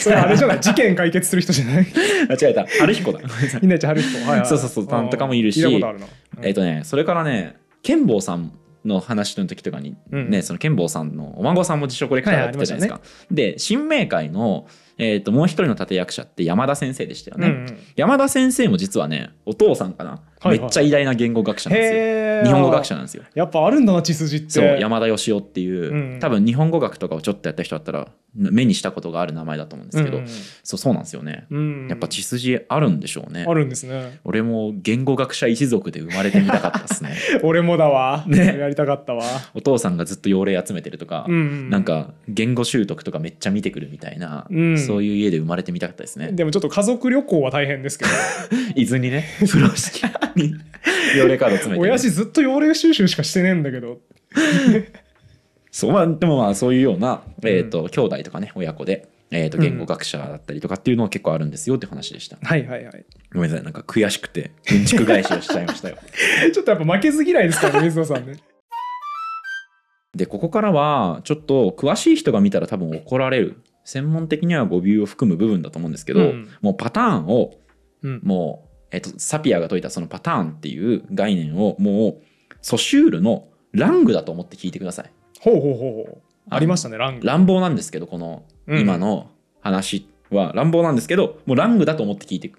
S2: それあれじゃない事件解決する人じゃない
S1: 間違えた春彦だごめんなさい
S2: [laughs] 稲地春彦はいはい
S1: そうそうそうなんとかもいるし
S2: 聞いたことあるな、
S1: えっ、とねそれからね剣坊さんの話の時とかに
S2: うん
S1: ね、その剣坊さんのお孫さんも自称コレクターやってたじゃないですか。で新明会の、えー、ともう一人の立役者って山田先生でしたよ
S2: うん
S1: ね。
S2: うん
S1: 山田先生も実はねお父さんかな、
S2: はいはい
S1: めっちゃ偉大な言語学者なんですよ。
S2: へー
S1: 日本語学者なんですよ。
S2: やっぱあるんだな血筋って
S1: そう山田義雄っていう、
S2: うんうん
S1: 多分日本語学とかをちょっとやった人だったら目にしたことがある名前だと思うんですけど、
S2: うん
S1: そうそうなんですよね。
S2: うんうん
S1: やっぱ血筋あるんでしょうね
S2: あ。るんですね
S1: 俺も言語学者一族で生まれてみたかったです
S2: [laughs]
S1: ね。
S2: 俺もだわ、
S1: ね
S2: やりたかったわ、
S1: お父さんがずっと幼霊集めてるとか、
S2: うんうん
S1: なんか言語習得とかめっちゃ見てくるみたいな、
S2: うん
S1: そういう家で生まれてみたかったですね。
S2: でもちょっと家族旅行は大変
S1: [laughs]
S2: ですけど
S1: 伊豆にね、風呂敷
S2: [laughs]
S1: に、ヨレカード詰めて、ね
S2: 親。父ずっと幼霊収集しかしてねえんだけど
S1: そうまあ、でもまあそういうような、
S2: ん
S1: えー、と兄弟とかね親子で、えー、と言語学者だったりとかっていうのは結構あるんですよって話でした、
S2: はいはいはい
S1: ごめんなさいなんか悔しくてうんちく返しをしちゃいましたよ
S2: ちょっとやっぱ負けず嫌いですか
S1: [laughs]
S2: らね水野さんね
S1: でここからはちょっと詳しい人が見たら多分怒られる専門的には語尾を含む部分だと思うんですけど、
S2: うん
S1: もうパターンを
S2: うん
S1: もう、えー、とサピアが解いたそのパターンっていう概念をもうソシュールのラングだと思って聞いてください
S2: ほうほうほうほうありましたねラング
S1: 乱暴なんですけどこの
S2: うん
S1: 今の話は乱暴なんですけど、もうラングだと思って聞いて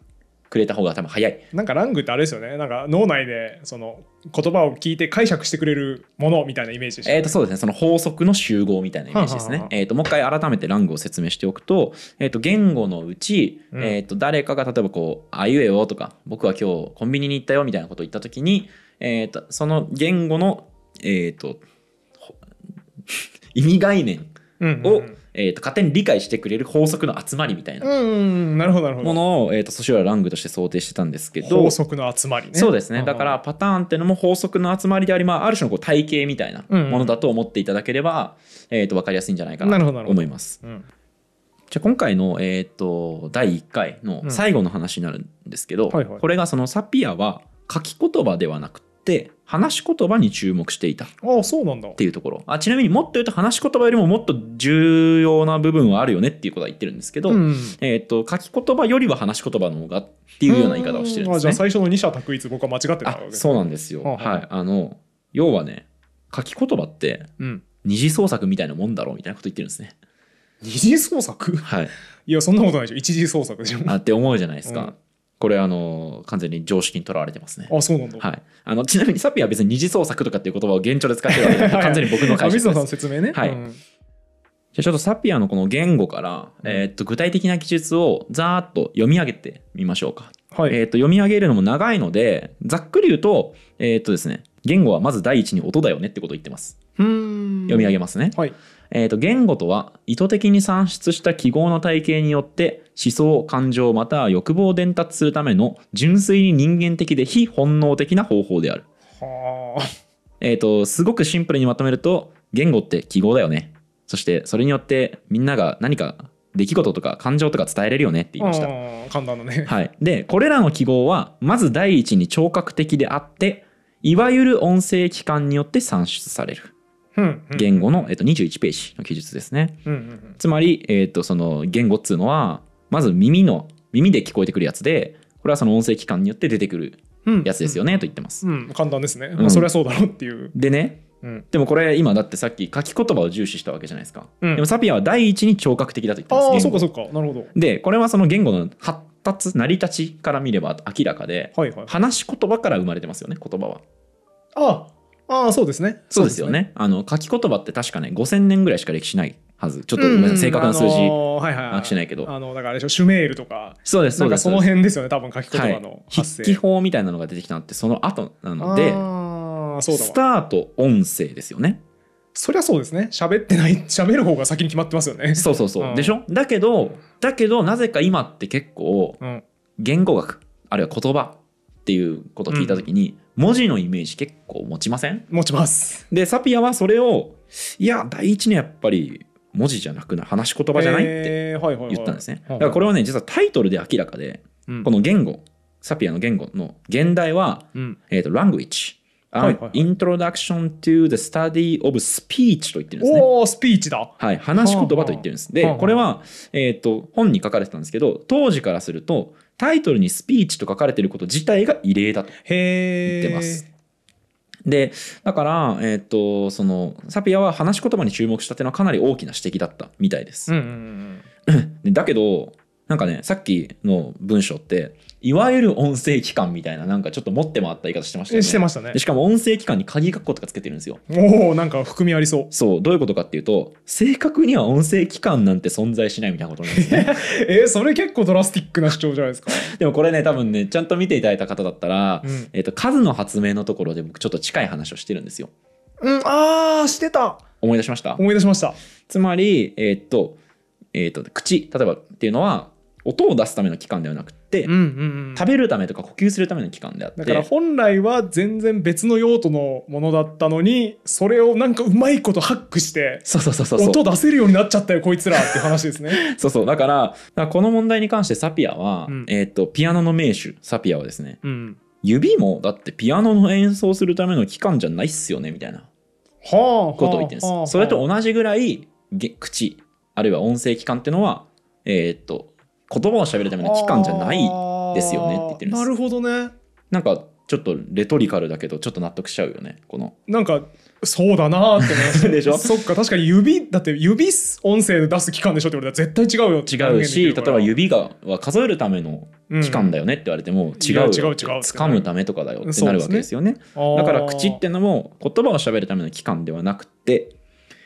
S1: くれた方が多分早い
S2: なんかラングってあれですよねなんか脳内でその言葉を聞いて解釈してくれるものみたいなイメージでした
S1: えー、とそうですねその法則の集合みたいなイメージです
S2: はあ
S1: ね
S2: は。あ
S1: えー、ともう一回改めてラングを説明しておくと,、えー、と言語のうち、
S2: うん
S1: えー、と誰かが例えばこう「あいうえお」とか「僕は今日コンビニに行ったよ」みたいなことを言った時に、えー、とその言語の、えー、と [laughs] ほ意味概念
S2: うんうんう
S1: を、
S2: ん
S1: えー、と勝手に理解してくれる法則の集まりみたいな
S2: うんうんなるほどなるほ
S1: も
S2: ど
S1: のを、えー、とソシュラルラングとして想定してたんですけど
S2: 法則の集まりね
S1: そうですね、だか
S2: うん
S1: らパターンってのも法則の集まりであり、まあ、ある種のこう体系みたいな
S2: うんうん
S1: ものだと思っていただければ、えー、と分かりやすいんじゃないか
S2: な
S1: な
S2: るほどな
S1: と
S2: るほど
S1: 思います。
S2: うん
S1: じゃあ今回の、えー、と第1回の最後の話になるんですけど、
S2: はいはい
S1: これがそのサピアは書き言葉ではなくて話し言葉に注目していたっ
S2: ああそうなんだ
S1: ていうところあちなみにもっと言うと話し言葉よりももっと重要な部分はあるよねっていうことは言ってるんですけど、
S2: うん
S1: えー、と書き言葉よりは話し言葉の方がっていうような言い方をしてるん
S2: う
S1: で
S2: あ
S1: す
S2: じゃ
S1: ね
S2: あ。最初の二者択一僕は間違ってたわ
S1: あ
S2: けです
S1: そうなんですよ、
S2: はあはあ
S1: はいあの要はね書き言葉って
S2: うん
S1: 二次創作みたいなもんだろうみたいなこと言ってるんですね
S2: 二次創作
S1: はい
S2: いやそんなことないでしょ一次創作でしょ
S1: あって思うじゃないですか、
S2: うん
S1: これあの完全に常識にとらわれてますね
S2: あそうなんだ
S1: はい、あのちなみにサピは別に二次創作とかっていう言葉を現状で使ってるわけじゃない完全に僕の
S2: あ
S1: 解
S2: 水
S1: 釈
S2: 野
S1: で
S2: さん
S1: す
S2: の説明ね
S1: はい
S2: うん
S1: じゃあちょっとサピアのこの言語から、
S2: うん
S1: えーっと具体的な記述をざーっと読み上げてみましょうか
S2: はい
S1: えー、と読み上げるのも長いのでざっくり言うと,、えーとですね、言語はまず第一に音だよねってことを言ってます
S2: 読
S1: 読み上
S2: げ
S1: げますね、
S2: はい
S1: えー、と言語とは意図的に算出した記号の体系によって思想感情または欲望を伝達するための純粋に人間的で非本能的な方法である、
S2: はあ
S1: えー、とすごくシンプルにまとめると言語って記号だよねそしてそれによってみんなが何か出来事とか感情とか伝えれるよねって言いました
S2: ああ簡単だね
S1: はい、でこれらの記号はまず第一に聴覚的であっていわゆる音声機関によって算出される
S2: うんうん
S1: 言語の、えっと、21ページの記述ですね
S2: うんうんうん
S1: つまり、えっとその言語っつうのはまず耳の耳で聞こえてくるやつでこれはその音声機関によって出てくる
S2: うん
S1: やつですよねと言ってます
S2: うん、簡単ですね、
S1: う
S2: ま
S1: ん
S2: あ、それはそうだろうっていう、
S1: でね
S2: うん、
S1: でもこれ今だってさっき書き言葉を重視したわけじゃないですか、
S2: うん
S1: でもサピアは第一に聴覚的だと言ってます
S2: ああ
S1: 言
S2: そう
S1: 語
S2: かそうかなるほど
S1: でこれはその言語の発達成り立ちから見れば明らかで
S2: はいはい
S1: 話し言葉から生まれてますよね言葉は
S2: ああああそうですね
S1: そうですよねあの書き言葉って確かね5000年ぐらいしか歴史ないはずちょっとごめんなさい正確な数字
S2: あのーはいはい
S1: 把握してないけど
S2: あのだからあれでしょシュメールとか
S1: そうです
S2: な
S1: そうんで
S2: か
S1: す
S2: その辺ですよね多分書き言葉
S1: はい
S2: の、発
S1: 筆
S2: 生、
S1: 記法みたいなのが出てきたのってその後なので
S2: ああそうだ
S1: ス
S2: わ
S1: タート音声ですよね
S2: そりゃそうですね喋ってない喋る方が先に決まってますよね
S1: そうそうそう、
S2: うん
S1: でしょだけどだけどなぜか今って結構
S2: うん
S1: 言語学あるいは言葉っていうことを聞いた時に、文字のイメージ結構持ちません
S2: 持ちます
S1: でサピアはそれをいや第一にやっぱり文字じゃなくない話し言葉じゃないって
S2: えーはいはいはい
S1: 言ったんですねだ
S2: はい
S1: からこれはね実はタイトルで明らかで
S2: うん
S1: この言語、サピアの言語の現代は、
S2: うん
S1: えー、と language、
S2: はいはいはい
S1: an introduction to the study of speech と言ってるんですね。
S2: おおスピーチだ
S1: はい、話し言葉と言ってるんです。
S2: はあ
S1: で
S2: は、あ
S1: これは、えー、と本に書かれてたんですけど、当時からすると、タイトルにスピーチと書かれてること自体が異例だと。
S2: へえ
S1: 言ってますで、だから、えーとそのサピアは話し言葉に注目したっていうのはかなり大きな指摘だったみたいです
S2: うん。うんうん
S1: でだけどなんかねさっきの文章っていわゆる音声機関みたいななんかちょっと持って回った言い方してました
S2: う
S1: よ
S2: ん
S1: ね
S2: してましたね
S1: でしかも音声機関に鍵括弧とかつけてるんですよ
S2: おおなんか含みありそう
S1: そうどういうことかっていうと正確には音声機関なんて存在しないみたいなことなん
S2: [laughs]
S1: ですね
S2: えーそれ結構ドラスティックな主張じゃないですか。
S1: でもこれね多分ねちゃんと見ていただいた方だったら、
S2: うん
S1: えっと数の発明のところで僕ちょっと近い話をしてるんですよ
S2: うん、ああしてた
S1: 思い出しました
S2: 思い出しました。
S1: つまりえっとえー、と口例えばっていうのは音を出すための器官ではなくて、
S2: うんうんうん
S1: 食べるためとか呼吸するための器官であって
S2: だから本来は全然別の用途のものだったのにそれをなんかうまいことハックして
S1: そうそうそうそうそう
S2: 音出せるようになっちゃったよこいつらっていう話です
S1: [laughs]
S2: ね
S1: そうそうだからだからこの問題に関してサピアは、
S2: うん
S1: えー、とピアノの名手サピアはですね
S2: うん
S1: 指もだってピアノの演奏するための器官じゃないっすよねみたいな
S2: はあはあ
S1: ことを言ってるんです、
S2: はあ
S1: それと同じぐらいげ口あるいは音声器官っていうのはえっ、と言葉を喋るための器官じゃないですよねって言ってるんです
S2: あーなるほどね
S1: なんかちょっとレトリカルだけどちょっと納得しちゃうよねこの
S2: なんかそうだなーって思いまし
S1: [laughs]
S2: た
S1: でしょ
S2: そっか確かに指だって指音声で出す期間でしょって言われたら絶対違うよって
S1: 違
S2: 断言
S1: う
S2: でき
S1: し例え
S2: るから
S1: ば指がは数えるための器官だよねって言われても、違うよ
S2: いや違う違うってなる
S1: 掴むためとかだよってなるわけですよね
S2: うん
S1: だから口ってのも言葉を喋るための器官ではなくて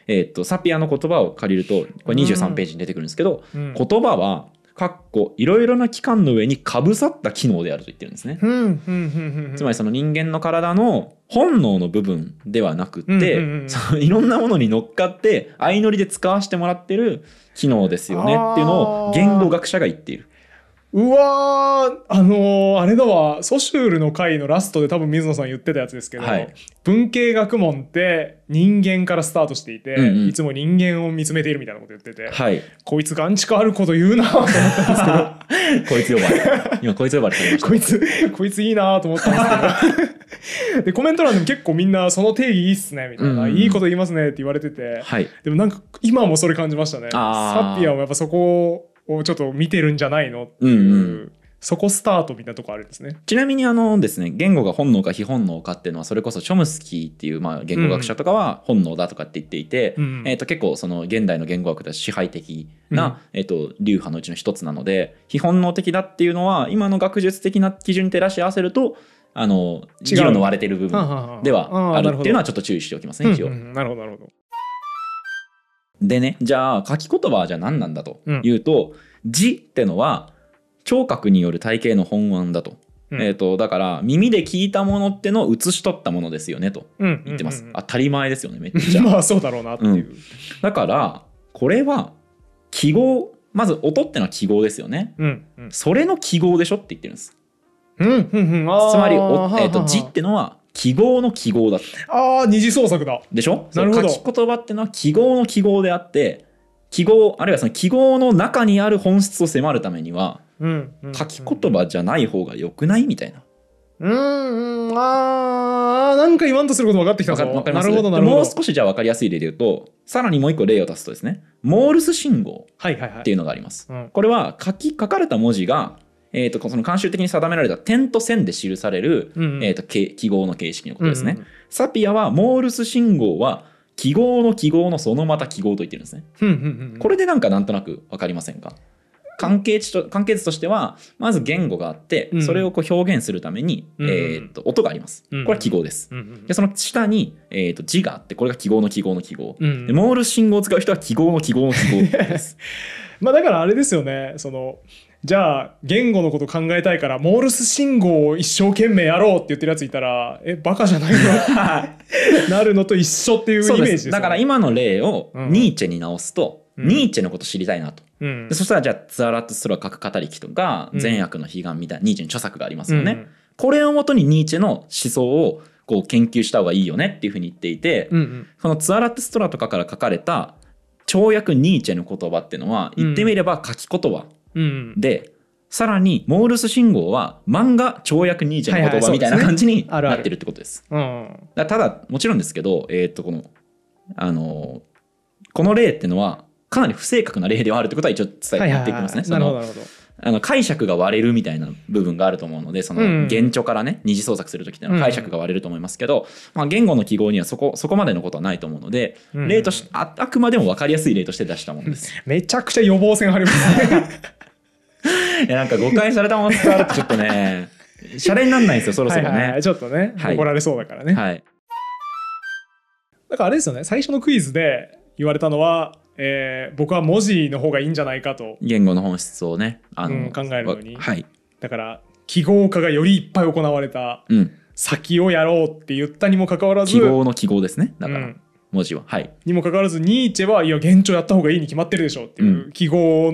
S1: えーっとサピアの言葉を借りるとこれ
S2: うん
S1: 23ページに出てくるんですけど、
S2: うん
S1: 言葉はかっこいろいろな器官の上にかぶさった機能であると言ってるんですね、
S2: うんうんうんうん
S1: つまりその人間の体の本能の部分ではなくて、
S2: うんうんうん
S1: そのいろんなものに乗っかって相乗りで使わせてもらってる機能ですよねっていうの
S2: あ
S1: を
S2: ー
S1: 言語学者が言っている
S2: うわーあのーあれだわソシュールの回のラストで多分水野さん言ってたやつですけど、
S1: はい
S2: 文系学問って人間からスタートしていて、
S1: うんうん
S2: いつも人間を見つめているみたいなこと言ってて、
S1: はい
S2: こいつガンチカあること言うなと思ったんですけど
S1: こいつ呼ば
S2: [laughs]
S1: れ今こいつ呼ばれてま [laughs] した
S2: こいつ、こいついいなと思ったんですけど。で、コメント欄でも結構みんな、その定義いいっすね、みたいな、
S1: うん
S2: いいこと言いますねって言われてて、
S1: はい
S2: でもなんか、今もそれ感じましたね。
S1: あー
S2: サピアはやっぱそこをちょっと見てるんじゃないのっていう、
S1: うんう
S2: そこスタートみたいなとこあるんですね。
S1: ちなみにあのですね言語が本能か非本能かっていうのはそれこそチョムスキーっていうまあ言語学者とかは本能だとかって言っていて、
S2: うん
S1: えー、と結構その現代の言語学では支配的な、えー、と流派のうちの一つなので非本能的だっていうのは今の学術的な基準に照らし合わせるとあの
S2: 違
S1: 議
S2: う
S1: 論の割れてる部
S2: はあ
S1: 分
S2: はあはあ
S1: ではあるっていうの
S2: は
S1: はちょっと注意しておきます
S2: あ
S1: ね
S2: な
S1: 一
S2: るほ
S1: 応
S2: ど、。うんうんなるほど、なるほど。
S1: でねじゃあ書き言葉はじゃあ何なんだと
S2: うん
S1: いうと「字」ってのは聴覚による体系の本案だと。
S2: うん
S1: えー、とだから耳で聞いたものってのを写し取ったものですよねと
S2: うん
S1: 言ってます、
S2: うんうん
S1: 当たり前ですよねめっちゃ
S2: [laughs] まあ、そうだろうなっていう。
S1: だからこれは記号まず音ってのは記号ですよね
S2: うん。うん。
S1: それの記号でしょって言ってるんです
S2: うん。うん。うんあー
S1: つまりお
S2: はあはあ
S1: えー、と字ってのは記号の記号だ
S2: ああ、二次創作だ。
S1: でしょ
S2: なるほど
S1: そう書き言葉ってのは記号の記号であって記号あるいはその記号の中にある本質を迫るためには
S2: うんうん。
S1: 書き言葉じゃない方が良くないみたいな
S2: うんうんあーなんか言わんとすること分かってきた
S1: わ
S2: ぞ
S1: かわかります
S2: なるほどなるほど
S1: もう少しじゃあ分かりやすい例で言うとさらにもう一個例を足すとですねモールス信号
S2: はいはいはい
S1: っていうのがあります、
S2: うん
S1: これは書き書かれた文字が、えー、とその慣習的に定められた点と線で記される、
S2: うんうん
S1: えー、とけ記号の形式のことですね、
S2: うんうん
S1: サピアはモールス信号は記号の記号のそのまた記号と言ってるんですね
S2: うんうんうん
S1: これでなんかなんとなく分かりませんか関係値と関係図としてはまず言語があって
S2: うん
S1: それをこう表現するために、
S2: うん
S1: えー、と音がありますこ
S2: うん
S1: れは記号です
S2: うんうん
S1: でその下に、えー、と字があってこれが記号の記号の記号、
S2: うん
S1: でモールス信号を使う人は記号の記号の記号です
S2: [laughs] まあだからあれですよねそのじゃあ言語のこと考えたいからモールス信号を一生懸命やろうって言ってるやついたらえバカじゃない
S1: [laughs]
S2: のなるのと一緒っていうイメ
S1: そう
S2: ージ
S1: です
S2: ですよね
S1: だから今の例を
S2: うん
S1: ニーチェに直すと、
S2: うん
S1: ニーチェのこと知りたいなと、
S2: うん
S1: でそしたらじゃあ「ツアラットスロ各語り記」とか「
S2: うん
S1: 善悪の悲願」みたいなニーチェの著作がありますよね、
S2: うん
S1: これをもとにニーチェの思想をこう研究した方がいいよねっていうふうに言っていて、
S2: うんうん
S1: そのツアラットストラとかから書かれた跳躍ニーチェの言葉っていうのは言ってみれば書き言葉
S2: うんうん
S1: でさらにモールス信号は漫画跳躍ニーチェの言葉みたいな感じに
S2: はいはいそうですねあるあ
S1: な
S2: る
S1: ってるってことです。
S2: うん
S1: だからただもちろんですけど、えーっとこのあのーこの例っていうのはかなり不正確な例ではあるってことは一応伝えて
S2: はい
S1: 言
S2: は
S1: っ
S2: い
S1: ていき
S2: は
S1: ますね。
S2: い
S1: そ
S2: なるほど
S1: の
S2: なるほど
S1: あの解釈が割れるみたいな部分があると思うのでそ
S2: うんう
S1: の
S2: ん
S1: 原著からね二次創作する時っていうのは解釈が割れると思いますけど、まあ、言語の記号にはそこそこまでのことはないと思うので、
S2: うんうん
S1: 例としああくまでも分かりやすい例として出したもの
S2: [laughs]
S1: です。
S2: めちゃくちゃ予防線張りますね
S1: いやなんか誤解されたまま伝わるとちょっと
S2: [laughs]
S1: ねシャレになんないんですよ [laughs] そろそろね。
S2: はいはいはいちょっとね
S1: はい
S2: 怒られそうだからね
S1: はい。
S2: だからあれですよね最初のクイズで言われたのは、えー僕は文字の方がいいんじゃないかと
S1: 言語の本質をね、あの、
S2: うん考えるのに
S1: わはい。
S2: だから記号化がよりいっぱい行われた
S1: うん。
S2: 先をやろうって言ったにもかかわらず
S1: 記号の記号ですね。だから、
S2: うん
S1: 文字ははい
S2: にもかかわらずニーチェはいや幻聴やった方がいいに決まってるでしょっていう記号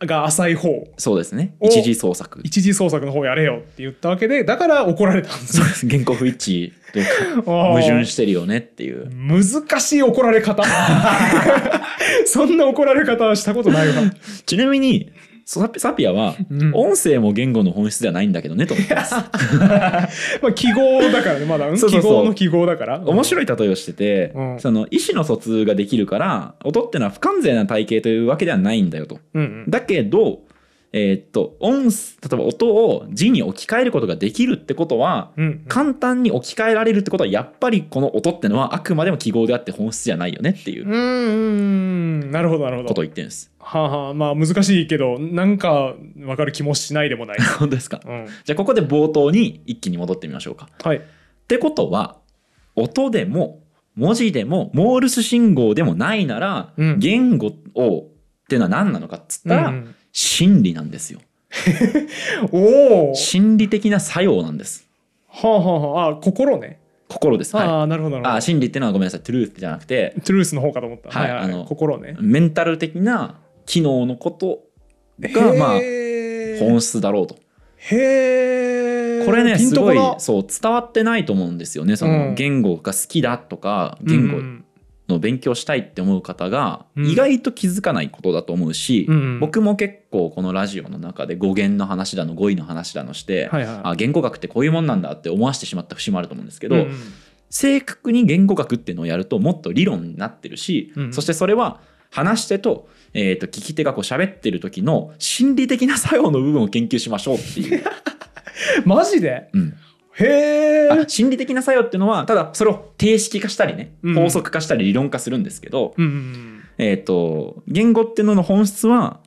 S2: が浅い方
S1: そうですね
S2: お
S1: 一時創作
S2: 一次創作の方やれよって言ったわけでだから怒られたんです
S1: そ
S2: よ
S1: うです原稿不一致
S2: [laughs]
S1: というか [laughs] 矛盾してるよねっていう
S2: 難しい怒ら
S1: [laughs]
S2: れ方そんな怒られ方はしたことないわ、
S1: ちなみにサピサピアは
S2: うんま
S1: 音声も言語の本質ではないんだけどねと思ってます
S2: あ、記号だからねまだうん
S1: そうそうそう
S2: 記号の記号だから
S1: 面白い例えをしてて、
S2: うん
S1: その意思の疎通ができるから音ってのは不完全な体系というわけではないんだよと
S2: うんうん
S1: だけどえーっと音す例えば音を字に置き換えることができるってことは
S2: うんうん
S1: 簡単に置き換えられるってことはやっぱりこの音ってのはあくまでも記号であって本質じゃないよねっていううん
S2: うんなるほどなるほ
S1: こと
S2: ど
S1: を言ってるんです。
S2: はあ、はあ、まあ難しいけどなんかわかる気もしないでもない、
S1: 本当ですか
S2: うん、
S1: じゃあここで冒頭に一気に戻ってみましょうか。
S2: はい
S1: ってことは音でも文字でもモールス信号でもないなら、
S2: うん
S1: 言語をっていうのは何なのかっつったら、
S2: うん
S1: 心理なんですよ。
S2: おお
S1: 心理的な作用なんです。
S2: はあはあはああ心ね
S1: 心です。はい、
S2: ああなるほど
S1: あ
S2: なるほ
S1: 心理ってのはごめんなさいトゥルースじゃなくて
S2: どトゥルースの方かと思った
S1: はいあの
S2: 心ね
S1: メンタル的な機能のことがまあ
S2: へー
S1: 本質だろうと。
S2: へえ
S1: これねすごい
S2: な
S1: そう伝わってないと思うんですよねそうの
S2: ん
S1: 言語が好きだとか言
S2: う
S1: 語
S2: ん
S1: の勉強したいって思う方が
S2: うん
S1: 意外と気づかないことだと思うし、
S2: うんうん
S1: 僕も結構このラジオの中で語源の話だの語彙の話だのして、
S2: はいはい
S1: あ言語学ってこういうもんなんだって思わせてしまった節もあると思うんですけど、
S2: うんうん
S1: 正確に言語学っていうのをやるともっと理論になってるし、
S2: うん
S1: そしてそれは話し手と,、えーと聞き手がこう喋ってる時の心理的な作用の部分を研究しましょうって
S2: [laughs]
S1: いう。
S2: マジで
S1: うん
S2: へえ
S1: あ心理的な作用っていうのはただそれを定式化したりね
S2: うん
S1: 法則化したり理論化するんですけど、
S2: うんうん
S1: えー、と言語っていうのの本質は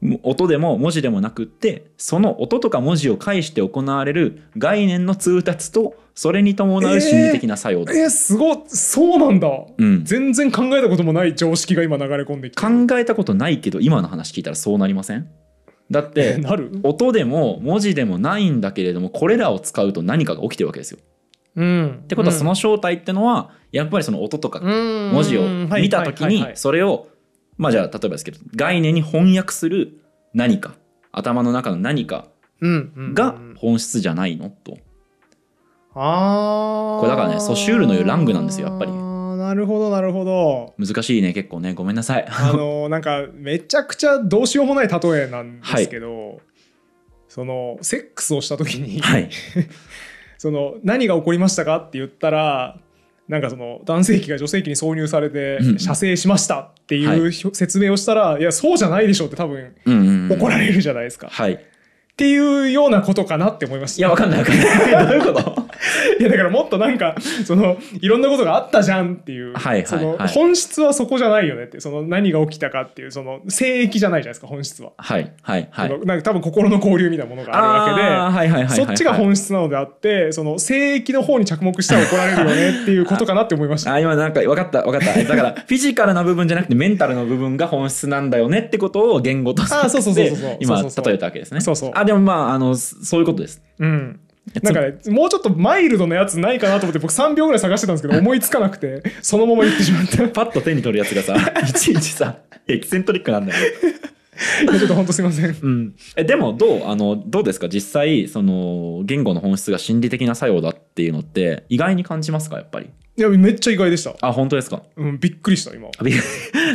S1: も音でも文字でもなくってその音とか文字を介して行われる概念の通達とそれに伴う心理的な作用
S2: う
S1: だ、
S2: んえー、すごいそうなんだ
S1: うん、
S2: 全然考えたこともない常識が今流れ込んできて
S1: 考えたことないけど今の話聞いたらそうなりませんだって
S2: なる
S1: 音でも文字でもないんだけれどもこれらを使うと何かが起きてるわけですよ。
S2: うんっ
S1: ってことはその正体ってのはやっぱりその音とか文字を見た時にそれをまあじゃあ例えばですけど概念に翻訳する何か頭の中の何かが本質じゃないのと
S2: ああ
S1: これだからねソシュールの言うラングなんですよやっぱり
S2: なるほどなる
S1: [laughs]
S2: ほど
S1: 難しいね結構ねごめんなさい
S2: あのなんかめちゃくちゃどうしようもない例えなんですけど、そのセックスをした時に、 [laughs]
S1: はい
S2: その何が起こりましたかって言ったらなんかその男性器が女性器に挿入されて
S1: うん
S2: 射精しましたっていう、
S1: は
S2: 説明をしたらいやそうじゃないでしょって多分
S1: うんうんうん
S2: 怒られるじゃないですか、っ
S1: はいい
S2: ていうようなことかなって思いました
S1: やわかんないわかんないどういうこと
S2: [laughs] いやだからもっとなんかそのいろんなことがあったじゃんっていう、
S1: はいはいはい
S2: その本質はそこじゃないよねってその何が起きたかっていうその聖域じゃないじゃないですか本質は、
S1: はいはいはい
S2: そのなんか多分心の交流みたいなものがあるわけで
S1: ーはいはいはいはいはい
S2: そっちが本質なのであってその聖域の方に着目したら怒られるよねっていうことかなって思いました。
S1: あ今なんか分かった分かっただから [laughs] フィジカルな部分じゃなくてメンタルの部分が本質なんだよねってことを言語として
S2: あそうそうそうそうそう
S1: 今
S2: そうそうそう
S1: 例えたわけですね
S2: そうそう
S1: あでもまああのそういうことです
S2: うんなんかね、もうちょっとマイルドなやつないかなと思って僕3秒ぐらい探してたんですけど思いつかなくてそのまま言って [laughs] しまったい
S1: パッと手に取るやつが [laughs] さいちいちさエキセントリックなんだよ、
S2: やちょっと本当すいません
S1: うん、えでもどうあのどうですか実際その言語の本質が心理的な作用だっていうのって意外に感じますかやっぱり
S2: いやめっちゃ意外でした、
S1: あ本当ですか
S2: うん、びっくりした今
S1: あび [laughs]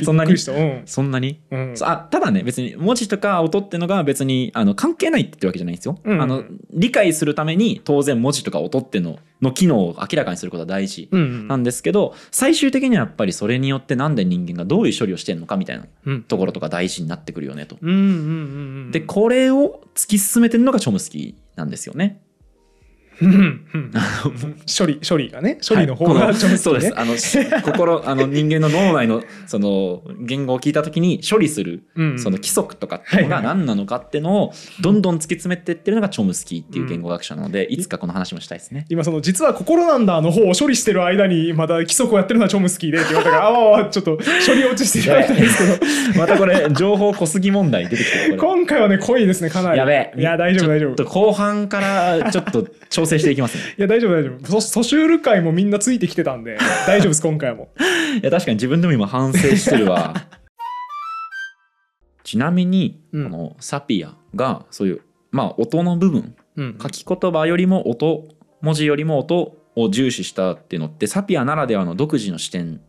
S1: そん
S2: び
S1: な
S2: っく
S1: に
S2: りしたうん、
S1: そんなに
S2: うん、
S1: そうあただね別に文字とか音ってのが別にあの関係ないってわけじゃないんですよ、
S2: うん
S1: あの理解するために当然文字とか音ってのの機能を明らかにすることは大事
S2: うん
S1: なんですけど最終的にはやっぱりそれによってなんで人間がどういう処理をしてるのかみたいな
S2: うん
S1: ところとか大事になってくるよねと。
S2: うんうんうんうん
S1: でこれを突き進めてるのがチョムスキーなんですよね。
S2: [laughs] うんうん処理処理がね処理の方
S1: は
S2: が
S1: い
S2: ちょっ
S1: そ
S2: と
S1: うで
S2: ね
S1: すあのし心あの人間の脳内のその言語を聞いた時に処理する
S2: うん
S1: その規則とかっていうのが
S2: はいは
S1: 何なのかっていうのをどんどん突き詰めていってるのがチョムスキーっていう言語学者なので、いつかこの話もしたいですね。
S2: 今その実は心なんだの方を処理してる間にまた規則をやってるのはチョムスキーでって言われたからあわあわちょっと処理落ちしてしまったん
S1: [laughs]
S2: ですけど
S1: またこれ情報小杉問題出て
S2: [laughs]
S1: きてるこれ
S2: 今回はね濃いですねかなり
S1: やべえ
S2: いや大丈夫大丈
S1: ちょっと
S2: 夫
S1: 後半からちょっと調成していきますね。
S2: いや大丈夫大丈夫ソソシュール界もみんなついてきてたんで大丈夫です今回
S1: [laughs]
S2: も
S1: いや確かに自分でも今反省してる
S2: [laughs]
S1: わちなみに、
S2: うん
S1: このサピアがそういうまあ音の部分
S2: うん
S1: 書き言葉よりも音文字よりも音を重視したっていうのってサピアならではの独自の視点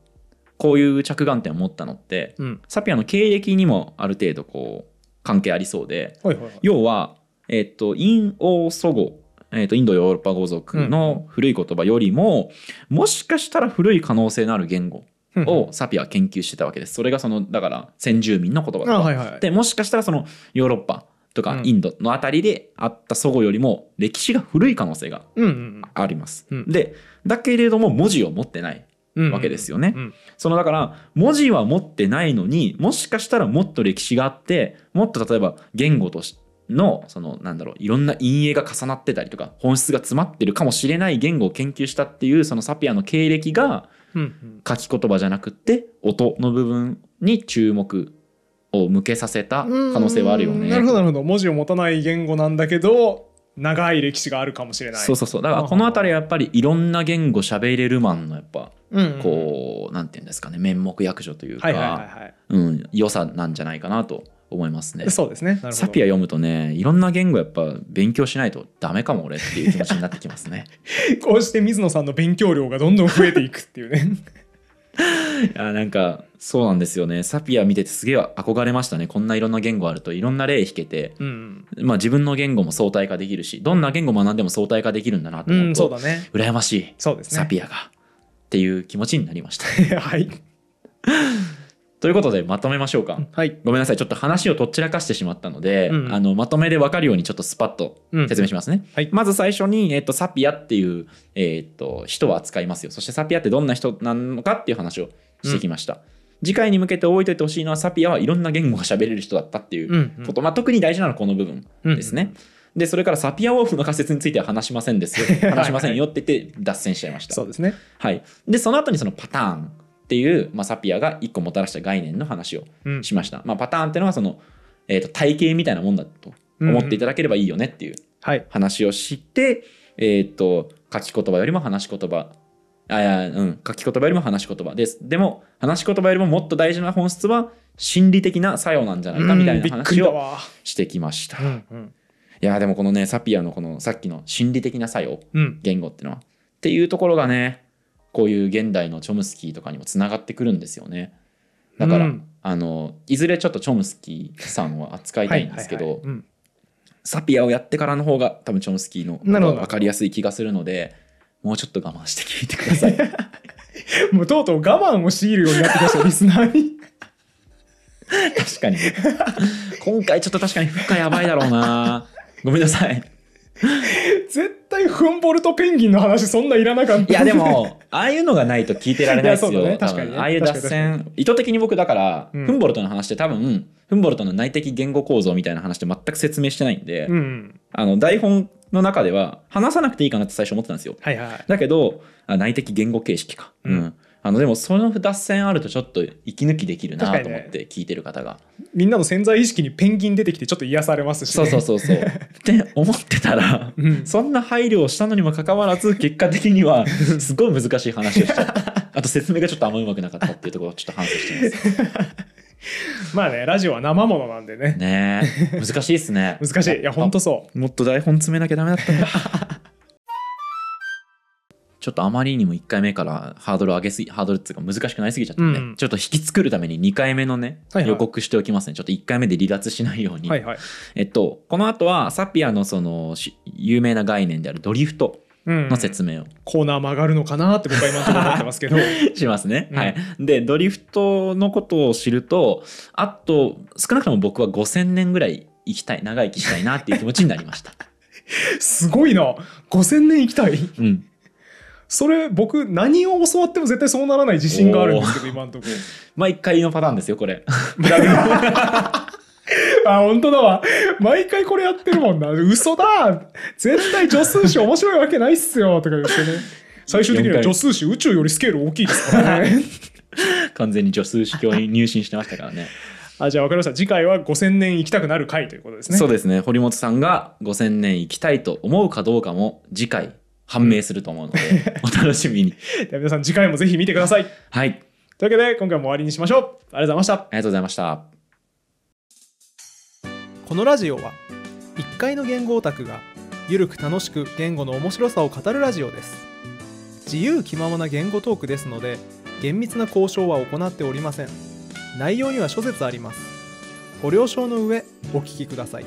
S1: こういう着眼点を持ったのって
S2: うん
S1: サピアの経歴にもある程度こう関係ありそうで
S2: はいはいはい
S1: 要は、えっと、陰王祖語、えっと、インドヨーロッパ語族の古い言葉よりも、もしかしたら古い可能性のある言語をサピアは研究してたわけです。それがそのだから先住民の言葉と
S2: あ
S1: か、
S2: はいはい
S1: でもしかしたらそのヨーロッパと
S2: う
S1: か
S2: ん
S1: インドのあたりであった祖語よりも歴史が古い可能性が
S2: うんうん
S1: あります。
S2: うん
S1: でだけれども文字を持ってない
S2: うん
S1: わけですよね。
S2: うん
S1: そのだから文字は持ってないのにもしかしたらもっと歴史があってもっと例えば言語としのそのなんだろういろんな陰影が重なってたりとか本質が詰まってるかもしれない言語を研究したっていうそのサピアの経歴が
S2: うんうん
S1: 書き言葉じゃなくって音の部分に注目を向けさせた可能性はあるよ
S2: う
S1: ね。
S2: んなるほどなるほど文字を持たない言語なんだけど長い歴史があるかもしれない
S1: そうそうそうだからこの辺りはやっぱりいろんな言語喋れるマンのやっぱ
S2: うんうん
S1: こうなんていうんですかね面目役所という
S2: はいはいはい
S1: か
S2: はい
S1: うん良さなんじゃないかなと思いますね。
S2: そうですねなるほど
S1: サピア読むとねいろんな言語やっぱ勉強しないとダメかも俺っていう気持ちになってきますね。
S2: こうして水野さんの勉強量がどんどん増えていくってい
S1: [laughs]
S2: うね
S1: [laughs] いやなんかそうなんですよねサピア見ててすげえ憧れましたねこんないろんな言語あるといろんな例弾けて、
S2: うん
S1: まあ、自分の言語も相対化できるしどんな言語学んでも相対化できるんだなと
S2: う
S1: 思うん
S2: そ
S1: と、
S2: うだね
S1: 羨ましい
S2: そうですね
S1: サピアが、っていう気持ちになり
S2: [laughs]
S1: ました。
S2: はい
S1: ということでまとめましょうか。
S2: はい
S1: ごめんなさいちょっと話をとっちらかしてしまったので、
S2: うん
S1: あのまとめで分かるようにちょっとスパッと説明しますね、
S2: はい
S1: まず最初に、えっとサピアっていう、えっと人を扱いますよそしてサピアってどんな人なのかっていう話をしてきました、次回に向けて覚えておいてほしいのはサピアはいろんな言語が喋れる人だったっていうこと、まあ、特に大事なのはこの部分ですね、でそれからサピアウォーフの仮説については話しません
S2: [laughs]
S1: ですよ話しませんよって言って脱線しちゃいました
S2: そうですね
S1: はい、でその後にそのパターンっていう、まあ、サピアが一個もたらした概念の話を
S2: うん
S1: しました、まあ、パターンっていうのはその、えーと体系みたいなもんだと思っていただければいいよねっていう
S2: はい
S1: 話をして、えー、と書き言葉よりも話し言葉あーうん、書き言葉よりも話し言葉ですでも話し言葉よりももっと大事な本質は心理的な作用なんじゃないかみたい
S2: うん
S1: な
S2: びっく
S1: 話
S2: りだ
S1: を
S2: わ
S1: してきました、
S2: う
S1: い
S2: んうん
S1: やーでもこのねサピアのこのさっきの心理的な作用
S2: うん
S1: 言語ってのは。っていうところがねこういう現代のチョムスキーとかにもつながってくるんですよね。だから、
S2: うん
S1: あのいずれちょっとチョムスキーさんは扱いたいんですけど、
S2: はいはいはいうん
S1: サピアをやってからの方が多分チョムスキーの
S2: なるほど
S1: 分かりやすい気がするのでもうちょっと我慢して聞いてくだ
S2: [laughs]
S1: さい。
S2: もうとうとう我慢を強いるようになってきましたよリスナーに
S1: 確かにね今回ちょっと確かに負荷やばいだろうなごめんなさい。
S2: [laughs] 絶対フンボルトペンギンの話そんないらなかっ
S1: い
S2: た
S1: やでもああいうのがないと聞いてられないですよ
S2: いやそうだね
S1: 多分
S2: 確かにね
S1: ああいう脱線意図的に僕だから、
S2: うん
S1: フンボルトの話って多分フンボルトの内的言語構造みたいな話って全く説明してないんで、
S2: うん
S1: あの台本の中では話さなくていいかなって最初思ってたんですよ
S2: はいはい
S1: だけどあ内的言語形式か、
S2: うん
S1: あのでもその脱線あるとちょっと息抜きできる
S2: 確
S1: な
S2: か
S1: と
S2: に
S1: 思
S2: ね
S1: って聞いてる方が、
S2: みんなの潜在意識にペンギン出てきてちょっと癒されますし
S1: そう
S2: ね
S1: そうそう
S2: [laughs]
S1: そうって思ってたら
S2: うん
S1: そんな配慮をしたのにもかかわらず結果的にはすごい難しい話をしたあと説明がちょっとあんまうまくなかったっていうところをちょっと反省してます
S2: [laughs] まあねラジオは生ものなんでね
S1: ねえ難しいです
S2: [laughs]
S1: ね
S2: 難しいいやほんとそう
S1: もっと台本詰めなきゃダメだったんだちょっとあまりにも1回目からハードル上げすぎハードルっていうか難しくなりすぎちゃったね、
S2: うん
S1: ちょっと引き作るために2回目のね、
S2: はいはい
S1: 予告しておきますねちょっと1回目で離脱しないよう
S2: う
S1: に、
S2: はいはい
S1: えっとこの後はサピアのそのし有名な概念であるドリフト
S2: うん
S1: の説明を
S2: コーナー曲がるのかなって僕は今のところ思ってますけ [laughs] ど
S1: しますね。
S2: うん
S1: はい。で、ドリフトのことを知ると、あと、少なくとも僕は5000年ぐらい生きたい、長生きしたいなっていう気持ちになりま
S2: [laughs]
S1: した。
S2: すごいな5000年行きたい
S1: うん。
S2: それ僕何を教わっても絶対そうならない自信があるんですけど今のとこ
S1: 毎回のパターンですよ、これ。 [laughs]
S2: ろあ本当だわ毎回これやってるもんな嘘だ絶対助数詞面白いわけないっすよとか言ってね最終的には助数詞宇宙よりスケール大きいですからね
S1: 完全に助数式を入信してましたからね。
S3: あじゃあ分かりました次回は5000年行きたくなる回ということですね
S1: そうですね堀本さんが5000年行きたいと思うかどうかも次回判明すると思うの
S2: [laughs]
S1: でお楽しみに
S3: では皆さん次回もぜひ見てください
S1: はいあり
S3: というわけで今回も終わりにしましょうありがとうございました
S1: がとうございました
S3: このラジオは1階の言語オタクがゆるく楽しく言語の面白さを語るラジオです自由気ままな言語トークですので厳密な交渉は行っておりません内容には諸説ありますご了承の上お聞きください